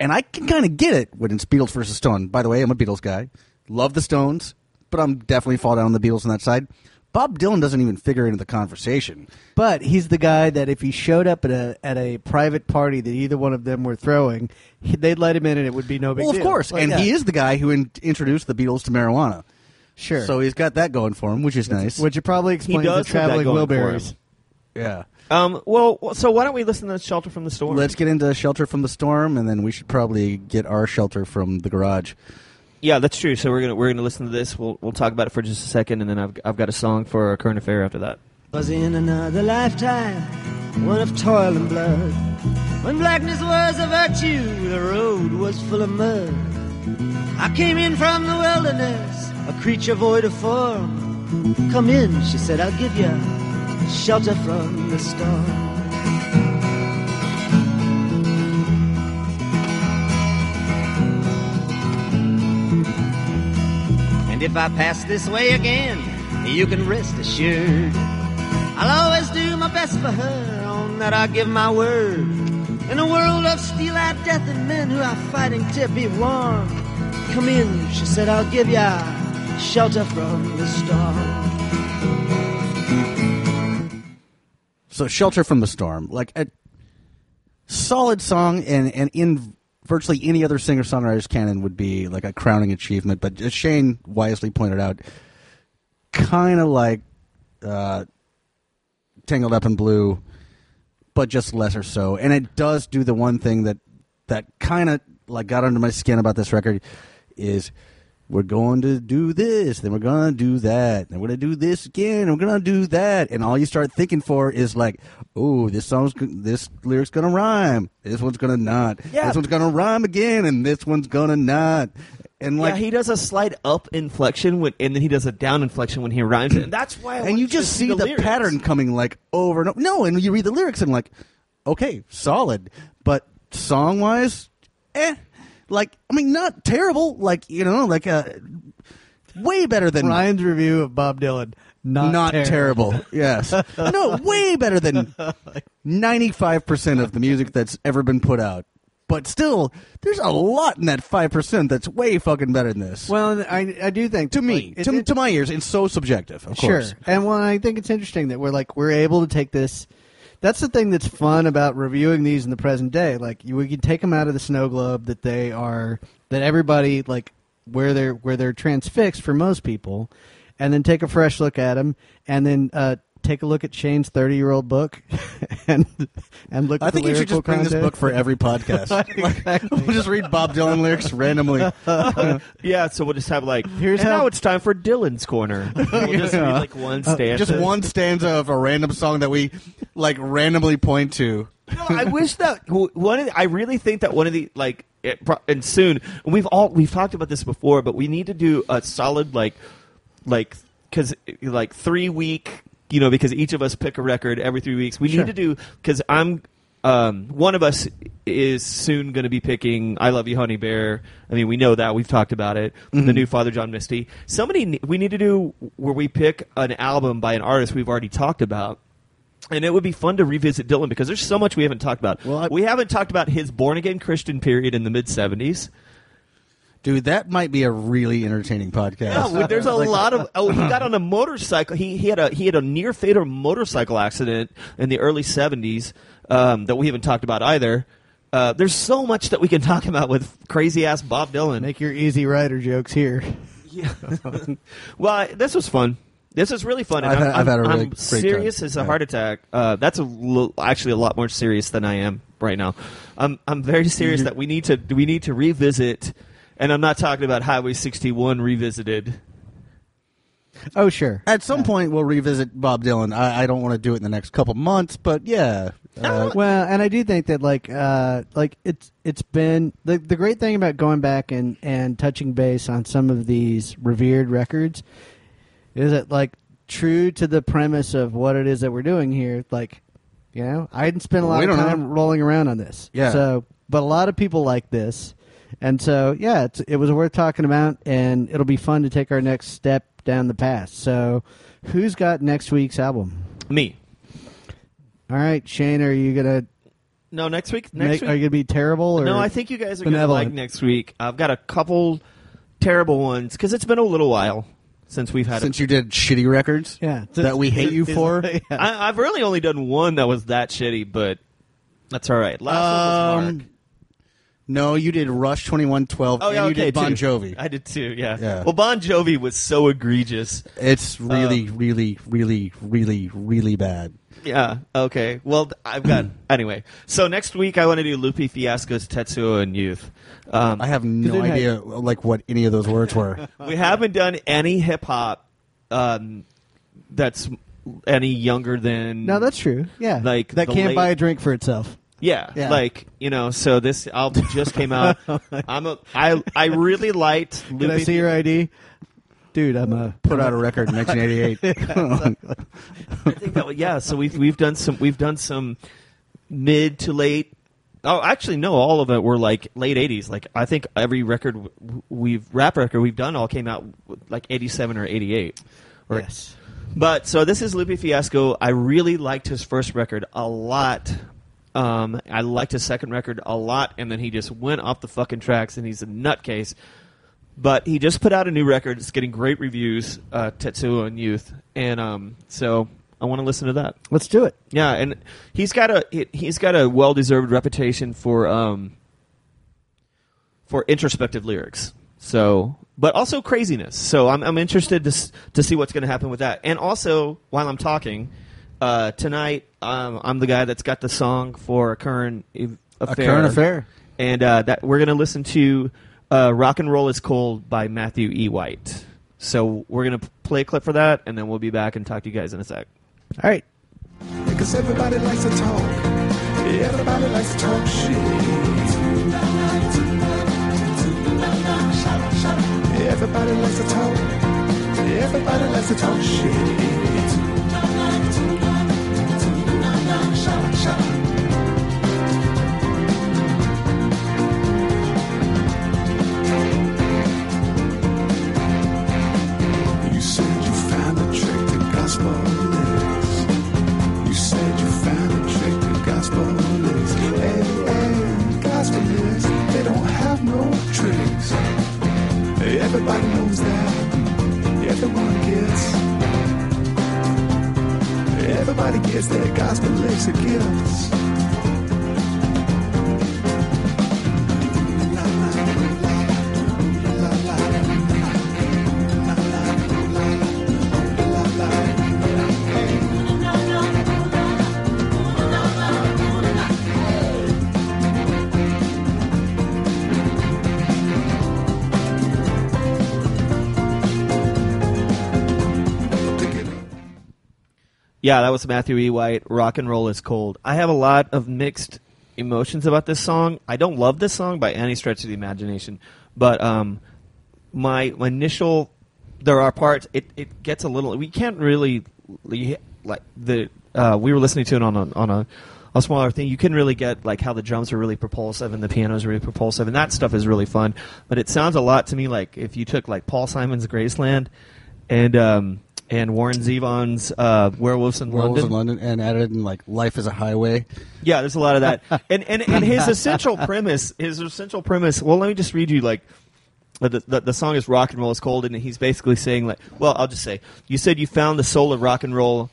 S3: And I can kind of get it when it's Beatles versus Stone. By the way, I'm a Beatles guy. Love the Stones, but I'm definitely fall down on the Beatles on that side. Bob Dylan doesn't even figure into the conversation.
S2: But he's the guy that if he showed up at a at a private party that either one of them were throwing, he, they'd let him in and it would be no big
S3: Well,
S2: deal.
S3: of course,
S2: Like,
S3: and
S2: yeah.
S3: he is the guy who in- introduced the Beatles to marijuana.
S2: sure.
S3: So he's got that going for him, which is nice.
S2: which you probably explains
S1: does
S2: the
S1: have that
S2: traveling
S1: going for him.
S2: Wilburys.
S3: yeah.
S1: Um. Well. So why don't we listen to "Shelter from the Storm"?
S3: Let's get into shelter from the storm, and then we should probably get our shelter from the garage.
S1: Yeah, that's true. So we're gonna we're gonna listen to this. We'll we'll talk about it for just a second, and then I've I've got a song for our current affair after that.
S4: Was in another lifetime, one of toil and blood. When blackness was a virtue, the road was full of mud. I came in from the wilderness, a creature void of form. Come in, she said, I'll give you shelter from the storm. And if I pass this way again, you can rest assured. I'll always do my best for her, on that I give my word. In a world of steel-eyed death and men who are fighting to be warm, come in, she said, I'll give ya shelter from the storm.
S3: So shelter from the storm, like a solid song, and and in virtually any other singer songwriter's canon would be like a crowning achievement. But as Shane wisely pointed out, kind of like uh, tangled up in blue, but just lesser so. And it does do the one thing that that kind of like got under my skin about this record is we're going to do this, then we're going to do that, then we're going to do this again, and we're going to do that, and all you start thinking for is like, oh, this song's g- this lyric's going to rhyme, this one's going to not,
S1: Yeah.
S3: this one's going to rhyme again, and this one's going to not, and like
S1: yeah, he does a slight up inflection when, and then he does a down inflection when he rhymes it. And [clears throat] that's why. I
S2: Oh,
S3: and
S1: want
S3: you
S1: to
S3: just see the,
S1: lyrics.
S3: pattern coming like over and over. No, and you read the lyrics and like, okay, solid, but song wise, eh, like I mean, not terrible. Like you know, like uh, way better than
S2: Ryan's review of Bob Dylan. Not,
S3: Hmm. not terrible.
S2: [laughs]
S3: yes, no, way better than ninety five percent of the music that's ever been put out. But still, there's a lot in that five percent that's way fucking better than this.
S2: Well, I, I do think
S3: to me,
S2: like, it-
S3: to,
S2: it-
S3: to my ears, it's so subjective. Of course,
S2: Sure. And well, I think it's interesting that we're like we're able to take this. That's the thing that's fun about reviewing these in the present day. Like you, we can take them out of the snow globe that they are that everybody like where they're where they're transfixed for most people, and then take a fresh look at them, and then uh, take a look at Shane's thirty-year-old book, [laughs] and and look. At
S3: I think
S2: the
S3: you should
S2: lyrical
S3: just bring this
S2: content.
S3: book for
S1: [laughs]
S3: every podcast. like, we'll just read Bob Dylan lyrics randomly.
S1: Yeah, so we'll just have like
S2: Here's
S1: and
S2: how-
S1: now it's time for Dylan's corner. [laughs] We'll just read like one stanza.
S3: Uh, just one stanza of a random song that we like randomly point to.
S1: No, I wish that w- one. Of the, I really think that one of the like it, pro- and soon and we've all we've talked about this before, but we need to do a solid like like because like three week you know because each of us pick a record every three weeks. We need to do because I'm um, one of us is soon going to be picking "I Love You, Honey Bear." I mean, we know that we've talked about it. The new Father John Misty. Somebody ne- we need to do where we pick an album by an artist we've already talked about. And it would be fun to revisit Dylan because there's so much we haven't talked about.
S2: Well, I-
S1: we haven't talked about his born again Christian period in the mid
S2: [laughs]
S1: 70s.
S3: Dude, that might be a really entertaining podcast.
S1: Yeah, well, there's a lot of. Oh, he got on
S2: [laughs]
S1: a motorcycle. He he had a he had a near fatal motorcycle accident in the early '70s um, that we haven't talked about either. Uh, there's so much that we can [laughs] talk about with crazy ass Bob Dylan.
S2: [laughs] Make your easy rider jokes here.
S1: Yeah. [laughs] well, I- this was fun. This was really fun. and
S3: I've
S1: I'm,
S3: had- I've had a
S1: I'm-
S3: really
S1: I'm
S3: great time.
S1: serious as a
S3: Yeah.
S1: heart attack. Uh, that's a l- actually a lot more serious than I am right now. I'm I'm very serious that we need to we need to revisit, and I'm not talking about Highway 61 revisited.
S2: Oh sure.
S3: At some point, we'll revisit Bob Dylan. I, I don't want to do it in the next couple months, but yeah. Uh,
S2: [laughs] well, and I do think that like uh, like it's it's been the the great thing about going back and and touching base on some of these revered records is that like true to the premise of what it is that we're doing here. Like, you know, I didn't spend a lot
S3: We
S2: of
S3: don't
S2: time
S3: know.
S2: rolling around on this.
S3: Yeah.
S2: So, but a lot of people like this, and so yeah, it's, it was worth talking about, and it'll be fun to take our next step down the path. So, who's got next week's album?
S1: Me.
S2: All right, Shane, are you gonna?
S1: No, next week.
S2: Make,
S1: Next
S2: Are you
S1: week.
S2: gonna be terrible? Or
S1: No, I think you guys are going to
S2: benevolent?
S1: like next week. I've got a couple terrible ones because it's been a little while since we've had.
S3: since you did shitty records
S2: Yeah.
S3: that we hate
S1: [laughs]
S3: you [laughs] for.
S1: a, I, I've really only done one that was that shitty, but that's all right. Last one was Mark.
S3: Um, no, you did Rush 2112
S1: Oh,
S3: and
S1: yeah,
S3: you
S1: okay,
S3: did Bon
S1: two.
S3: Jovi.
S1: I did too. Yeah.
S3: Yeah.
S1: Well, Bon Jovi was so egregious. Uh,
S3: It's really, really, really, really, really bad.
S1: Yeah. Okay. Well, th- I've [clears throat] got anyway. So next week I want to do Lupe Fiasco's Tetsuo and Youth. Um,
S3: I have no
S2: it had-
S3: idea like what any of those words were.
S1: we haven't done any hip hop um, that's any younger than
S2: No, that's true. Yeah,
S1: Like,
S2: that
S1: the
S2: can't
S1: late-
S2: buy a drink for itself.
S1: Yeah, Oh
S2: Yeah.
S1: like you know. So this album just came [laughs] out. I'm a, I I really liked. Lupe
S2: Did I see your ID, dude? I'm a
S3: Put out a record
S1: [laughs]
S3: in 1988.
S1: I think that was- yeah. So we've we've done some we've done some mid to late. Oh, actually, no. All of it were like late '80s. Like I think every record w- we've rap record we've done all came out like '87 or '88. Or-
S2: yes.
S1: But so this is Lupe Fiasco. I really liked his first record a lot. Um, I liked his second record a lot, and then he just went off the fucking tracks, and he's a nutcase. But he just put out a new record. It's getting great reviews, uh, Tetsuo and Youth, and um, so I want to listen to that.
S2: Let's do it.
S1: Yeah, and he's got a he- he's got a well deserved reputation for um for introspective lyrics. So, but also craziness. So I'm I'm interested to s- to see what's going to happen with that. And also, while I'm talking uh, tonight, um, I'm the guy that's got the song for a current ev- affair.
S3: Current Affair.
S1: and uh, that we're going to listen to uh, "Rock and Roll Is Cold" by Matthew E. White. So we're going to play a clip for that, and then we'll be back and talk to you guys in a sec.
S2: All right.
S6: Because everybody likes to talk. Everybody likes to talk shit. Everybody likes to talk. Everybody likes to talk shit. You said you found a trick to gospel lyrics. You said you found a trick to gospel lyrics. Hey, hey, gospel lyrics. no tricks. Everybody knows that. Everyone gets. Everybody gets their gospel licks and gifts. La, la, la, la, la, la, la.
S1: Yeah, that was Matthew E. White. Rock and roll is cold. I have a lot of mixed emotions about this song. I don't love this song by any stretch of the imagination, but um, my, my initial there are parts it, it gets a little. We can't really li- like the uh, we were listening to it on a, on a a smaller thing. You can really get like how the drums are really propulsive and the piano is really propulsive, and that stuff is really fun. But it sounds a lot to me like if you took like Paul Simon's Graceland and um, and Warren Zevon's uh, Werewolves in
S3: Werewolves
S1: London.
S3: in London and added in like Life is a Highway.
S1: Yeah, there's a lot of that. And and, and his essential premise, his essential premise. Well, let me just read you like the, the the song is rock and roll is cold, and he's basically saying like, well, I'll just say, you said you found the soul of rock and roll.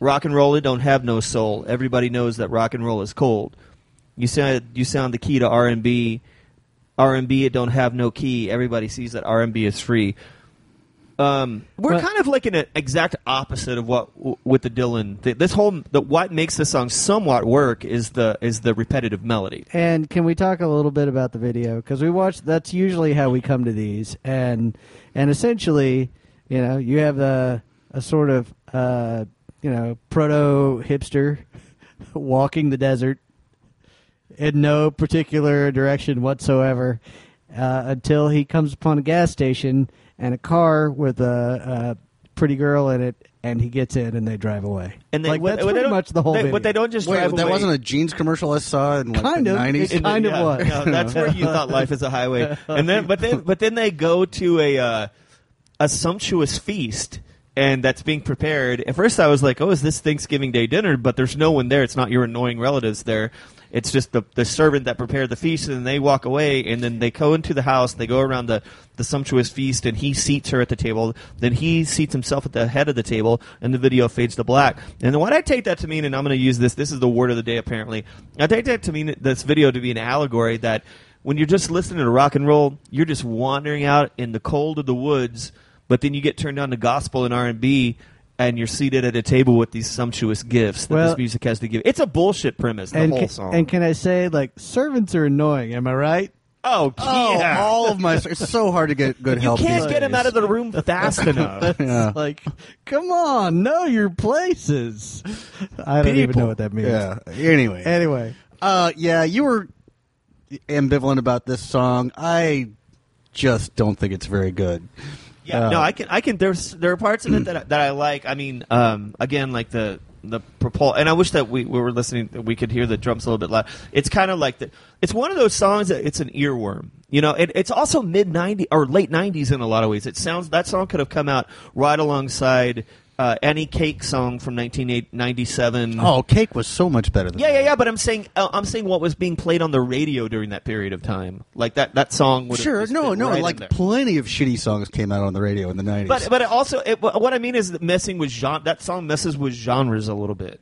S1: Rock and roll, it don't have no soul. Everybody knows that rock and roll is cold. You said you sound the key to R and B. R and B, it don't have no key. Everybody sees that R and B is free. Um, we're
S2: Well-
S1: kind of like in an exact opposite of what w- with the Dylan. Th- this whole the, what makes this song somewhat work is the is the repetitive melody.
S2: And can we talk a little bit about the video? Because we watch. That's usually how we come to these, and and essentially, you know, you have a a sort of uh, you know proto hipster [laughs] walking the desert in no particular direction whatsoever uh, until he comes upon a gas station and a car with a, a pretty girl in it, and he gets in and they drive away.
S1: And they,
S2: like
S1: what-
S2: that's
S1: what they
S2: pretty
S1: don't-
S2: much the whole.
S1: They,
S2: video.
S1: What they don't just
S3: Wait,
S1: drive
S3: that
S1: away.
S3: wasn't a jeans commercial I saw in like
S2: Kind
S3: the
S2: of.
S3: 90s?
S2: It kind of
S1: yeah,
S2: was.
S1: no, that's
S2: [laughs]
S1: where you thought life is a highway. And then, but then, but then they go to a uh, a sumptuous feast, and that's being prepared. At first, I was like, "Oh, is this Thanksgiving Day dinner?" But there's no one there. It's not your annoying relatives there. It's just the the servant that prepared the feast, and then they walk away, and then they go into the house. They go around the the sumptuous feast, and he seats her at the table. Then he seats himself at the head of the table, and the video fades to black. And what I take that to mean, and I'm going to use this. This is the word of the day, apparently. I take that to mean this video to be an allegory that when you're just listening to rock and roll, you're just wandering out in the cold of the woods. But then you get turned on to gospel and R and B, and you're seated at a table with these sumptuous gifts that
S2: Well-
S1: this music has to give. It's a bullshit premise. The
S2: and
S1: whole
S2: can,
S1: song.
S2: and can I say like servants are annoying? Am I right?
S1: oh,
S3: Oh,
S1: yeah.
S3: all of my. It's so hard to get good
S1: you
S3: help.
S1: can't
S3: these
S1: get him
S3: days.
S1: out of the room fast enough.
S3: Yeah.
S2: Like, come on, know your places. I don't even know what that means.
S3: Yeah. Anyway.
S2: Anyway,
S3: Uh, yeah, you were ambivalent about this song. I just don't think it's very good.
S1: Yeah,
S3: Uh,
S1: no, I can, I can. There's there are parts of it that I, that I like. I mean, um, again, like the the propul, and I wish that we, we were listening, that we could hear the drums a little bit loud. It's kind of like the, it's one of those songs that it's an earworm. You know, it, it's also mid '90s or late '90s in a lot of ways. It sounds that song could have come out right alongside uh, any Cake song from 1997.
S3: Oh, Cake was so much better than
S1: Yeah,
S3: that.
S1: yeah, yeah. But I'm saying, uh, I'm saying what was being played on the radio during that period of time, like that that song. would have
S3: Sure,
S1: just
S3: no,
S1: been
S3: no.
S1: right in
S3: like
S1: there.
S3: plenty of shitty songs came out on the radio in the nineties.
S1: But but it also it, what I mean is that messing with genre. That song messes with genres a little bit.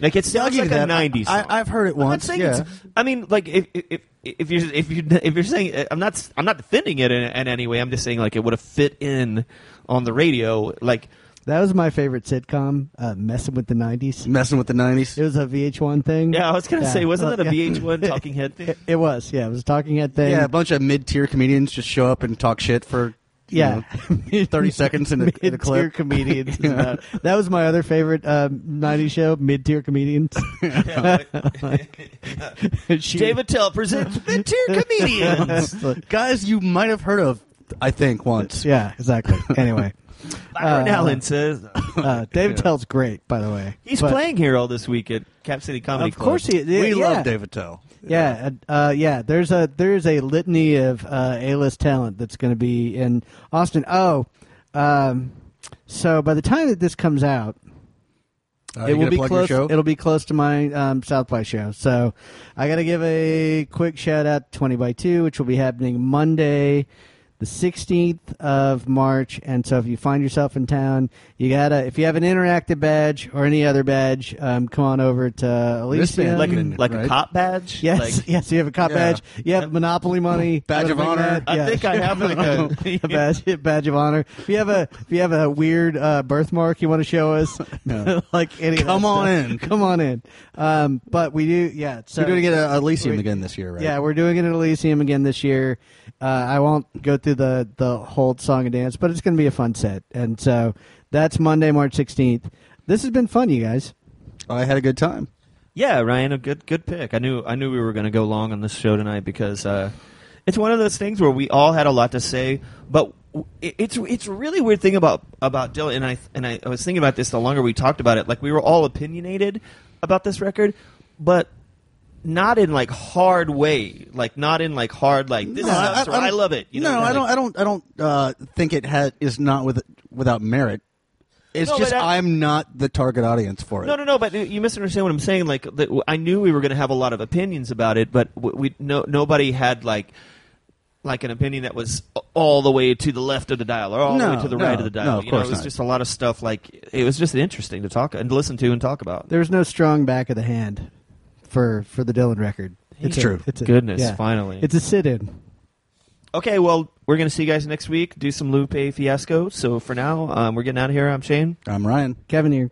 S1: Like it
S3: I'll
S1: sounds
S3: give
S1: like
S3: you
S1: a
S3: that.
S1: '90s.
S3: I-
S1: Song.
S3: I- I've heard it
S1: I'm not
S3: once,
S1: saying
S3: yeah.
S1: it's- I mean, like if if if you're if you if you're saying uh, I'm not I'm not defending it in, in any way. I'm just saying like it would have fit in on the radio. Like
S2: that was my favorite sitcom, uh, "Messing with the '90s."
S3: messing with the nineties.
S2: It was a VH1 thing.
S1: yeah, I was gonna
S2: Yeah.
S1: say, wasn't
S2: Uh,
S1: that a
S2: yeah.
S3: [laughs]
S1: VH1 Talking Head thing?
S2: It, it was. Yeah, it was a talking head thing.
S3: Yeah, a bunch of mid-tier comedians just show up and talk shit for you
S2: yeah, [laughs]
S3: know, thirty seconds in a, in a
S2: mid-tier
S3: clip.
S2: comedians.
S3: [laughs]
S2: is about- That was my other favorite um, '90s show, mid-tier
S3: [laughs]
S2: comedians. [laughs] She-
S1: David Tell presents
S3: [laughs]
S1: mid-tier
S3: Uh,
S1: comedians.
S3: Guys, you might have heard of, I think,
S2: [laughs]
S3: once.
S2: Yeah, exactly. Anyway,
S1: Byron
S2: Uh,
S1: Allen says
S3: [laughs]
S2: uh, David Tell's great, by the way.
S1: he's
S2: But-
S1: playing here all this week at Cap City Comedy
S2: Of
S1: Club.
S2: course, he.
S3: We
S2: yeah.
S3: love David Tell.
S2: Yeah, uh, uh, yeah. There's a there's a litany of uh, A-list talent that's going to be in Austin. Oh, um, so by the time that this comes out,
S3: Uh, you
S2: it will
S3: gonna
S2: be
S3: plug your
S2: close.
S3: show?
S2: It'll be close to my um, South by show. So I got to give a quick shout out to Twenty by Two, which will be happening Monday, the sixteenth of March. And so if you find yourself in town, you gotta if you have an interactive badge or any other badge, um, come on over to Elysium.
S3: Wristband.
S1: like a,
S3: Mm,
S1: like a
S3: right.
S1: cop badge.
S2: Yes,
S1: Like,
S2: [laughs] yes. You have a cop
S3: Yeah.
S2: badge. You have Monopoly money.
S3: Badge
S2: you have
S3: of
S2: a big
S3: honor.
S2: mad-
S1: I
S2: yeah.
S1: think I have like a,
S2: [laughs]
S3: [laughs]
S1: [laughs]
S2: a badge, a badge of honor. If you have a if you have a weird uh, birthmark you want to show us, [laughs] like any of that
S3: Come on
S2: stuff,
S3: in.
S2: come on in. Um, but we do, yeah. So
S3: You're going to get a Elysium
S2: we-
S3: again this year, right?
S2: yeah, we're doing it at Elysium again this year. Uh, I won't go through the the whole song and dance, but it's going to be a fun set. And so that's Monday, March sixteenth. This has been fun, you guys.
S3: I had a good time.
S1: yeah, Ryan, a good good pick. I knew I knew we were going to go long on this show tonight because uh, it's one of those things where we all had a lot to say, but w- it- it's it's a really weird thing about about Dylan and I and I, I was thinking about this the longer we talked about it. Like we were all opinionated about this record, but not in like hard way, like not in like hard like this sucks or I,
S3: don't-
S1: love it. You
S3: no,
S1: know,
S3: I
S1: like-
S3: don't. I don't. I don't uh, think it ha- is not with without merit. It's
S1: No, but
S3: just
S1: I-
S3: I'm not the target audience for it.
S1: No, no, no. But you misunderstand what I'm saying. Like, the, w- I knew we were going to have a lot of opinions about it, but w- we no nobody had like like an opinion that was a- all the way to the left of the dial or all the
S3: No,
S1: way to the
S3: no,
S1: right of the dial.
S3: no, of
S1: you know,
S3: course
S1: it was
S3: not.
S1: just a lot of stuff. Like, it was just interesting to talk and to listen to and talk about.
S2: There was no strong back of the hand for for the Dylan record.
S3: It's true.
S2: it's
S1: Goodness, finally.
S2: It's a sit-in.
S1: Okay, well, we're going to see you guys next week. Do some Lupe fiasco. So for now, um, we're getting out of here. I'm Shane.
S3: I'm Ryan.
S2: Kevin here.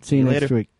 S2: See you
S1: you
S2: next
S1: later.
S2: week.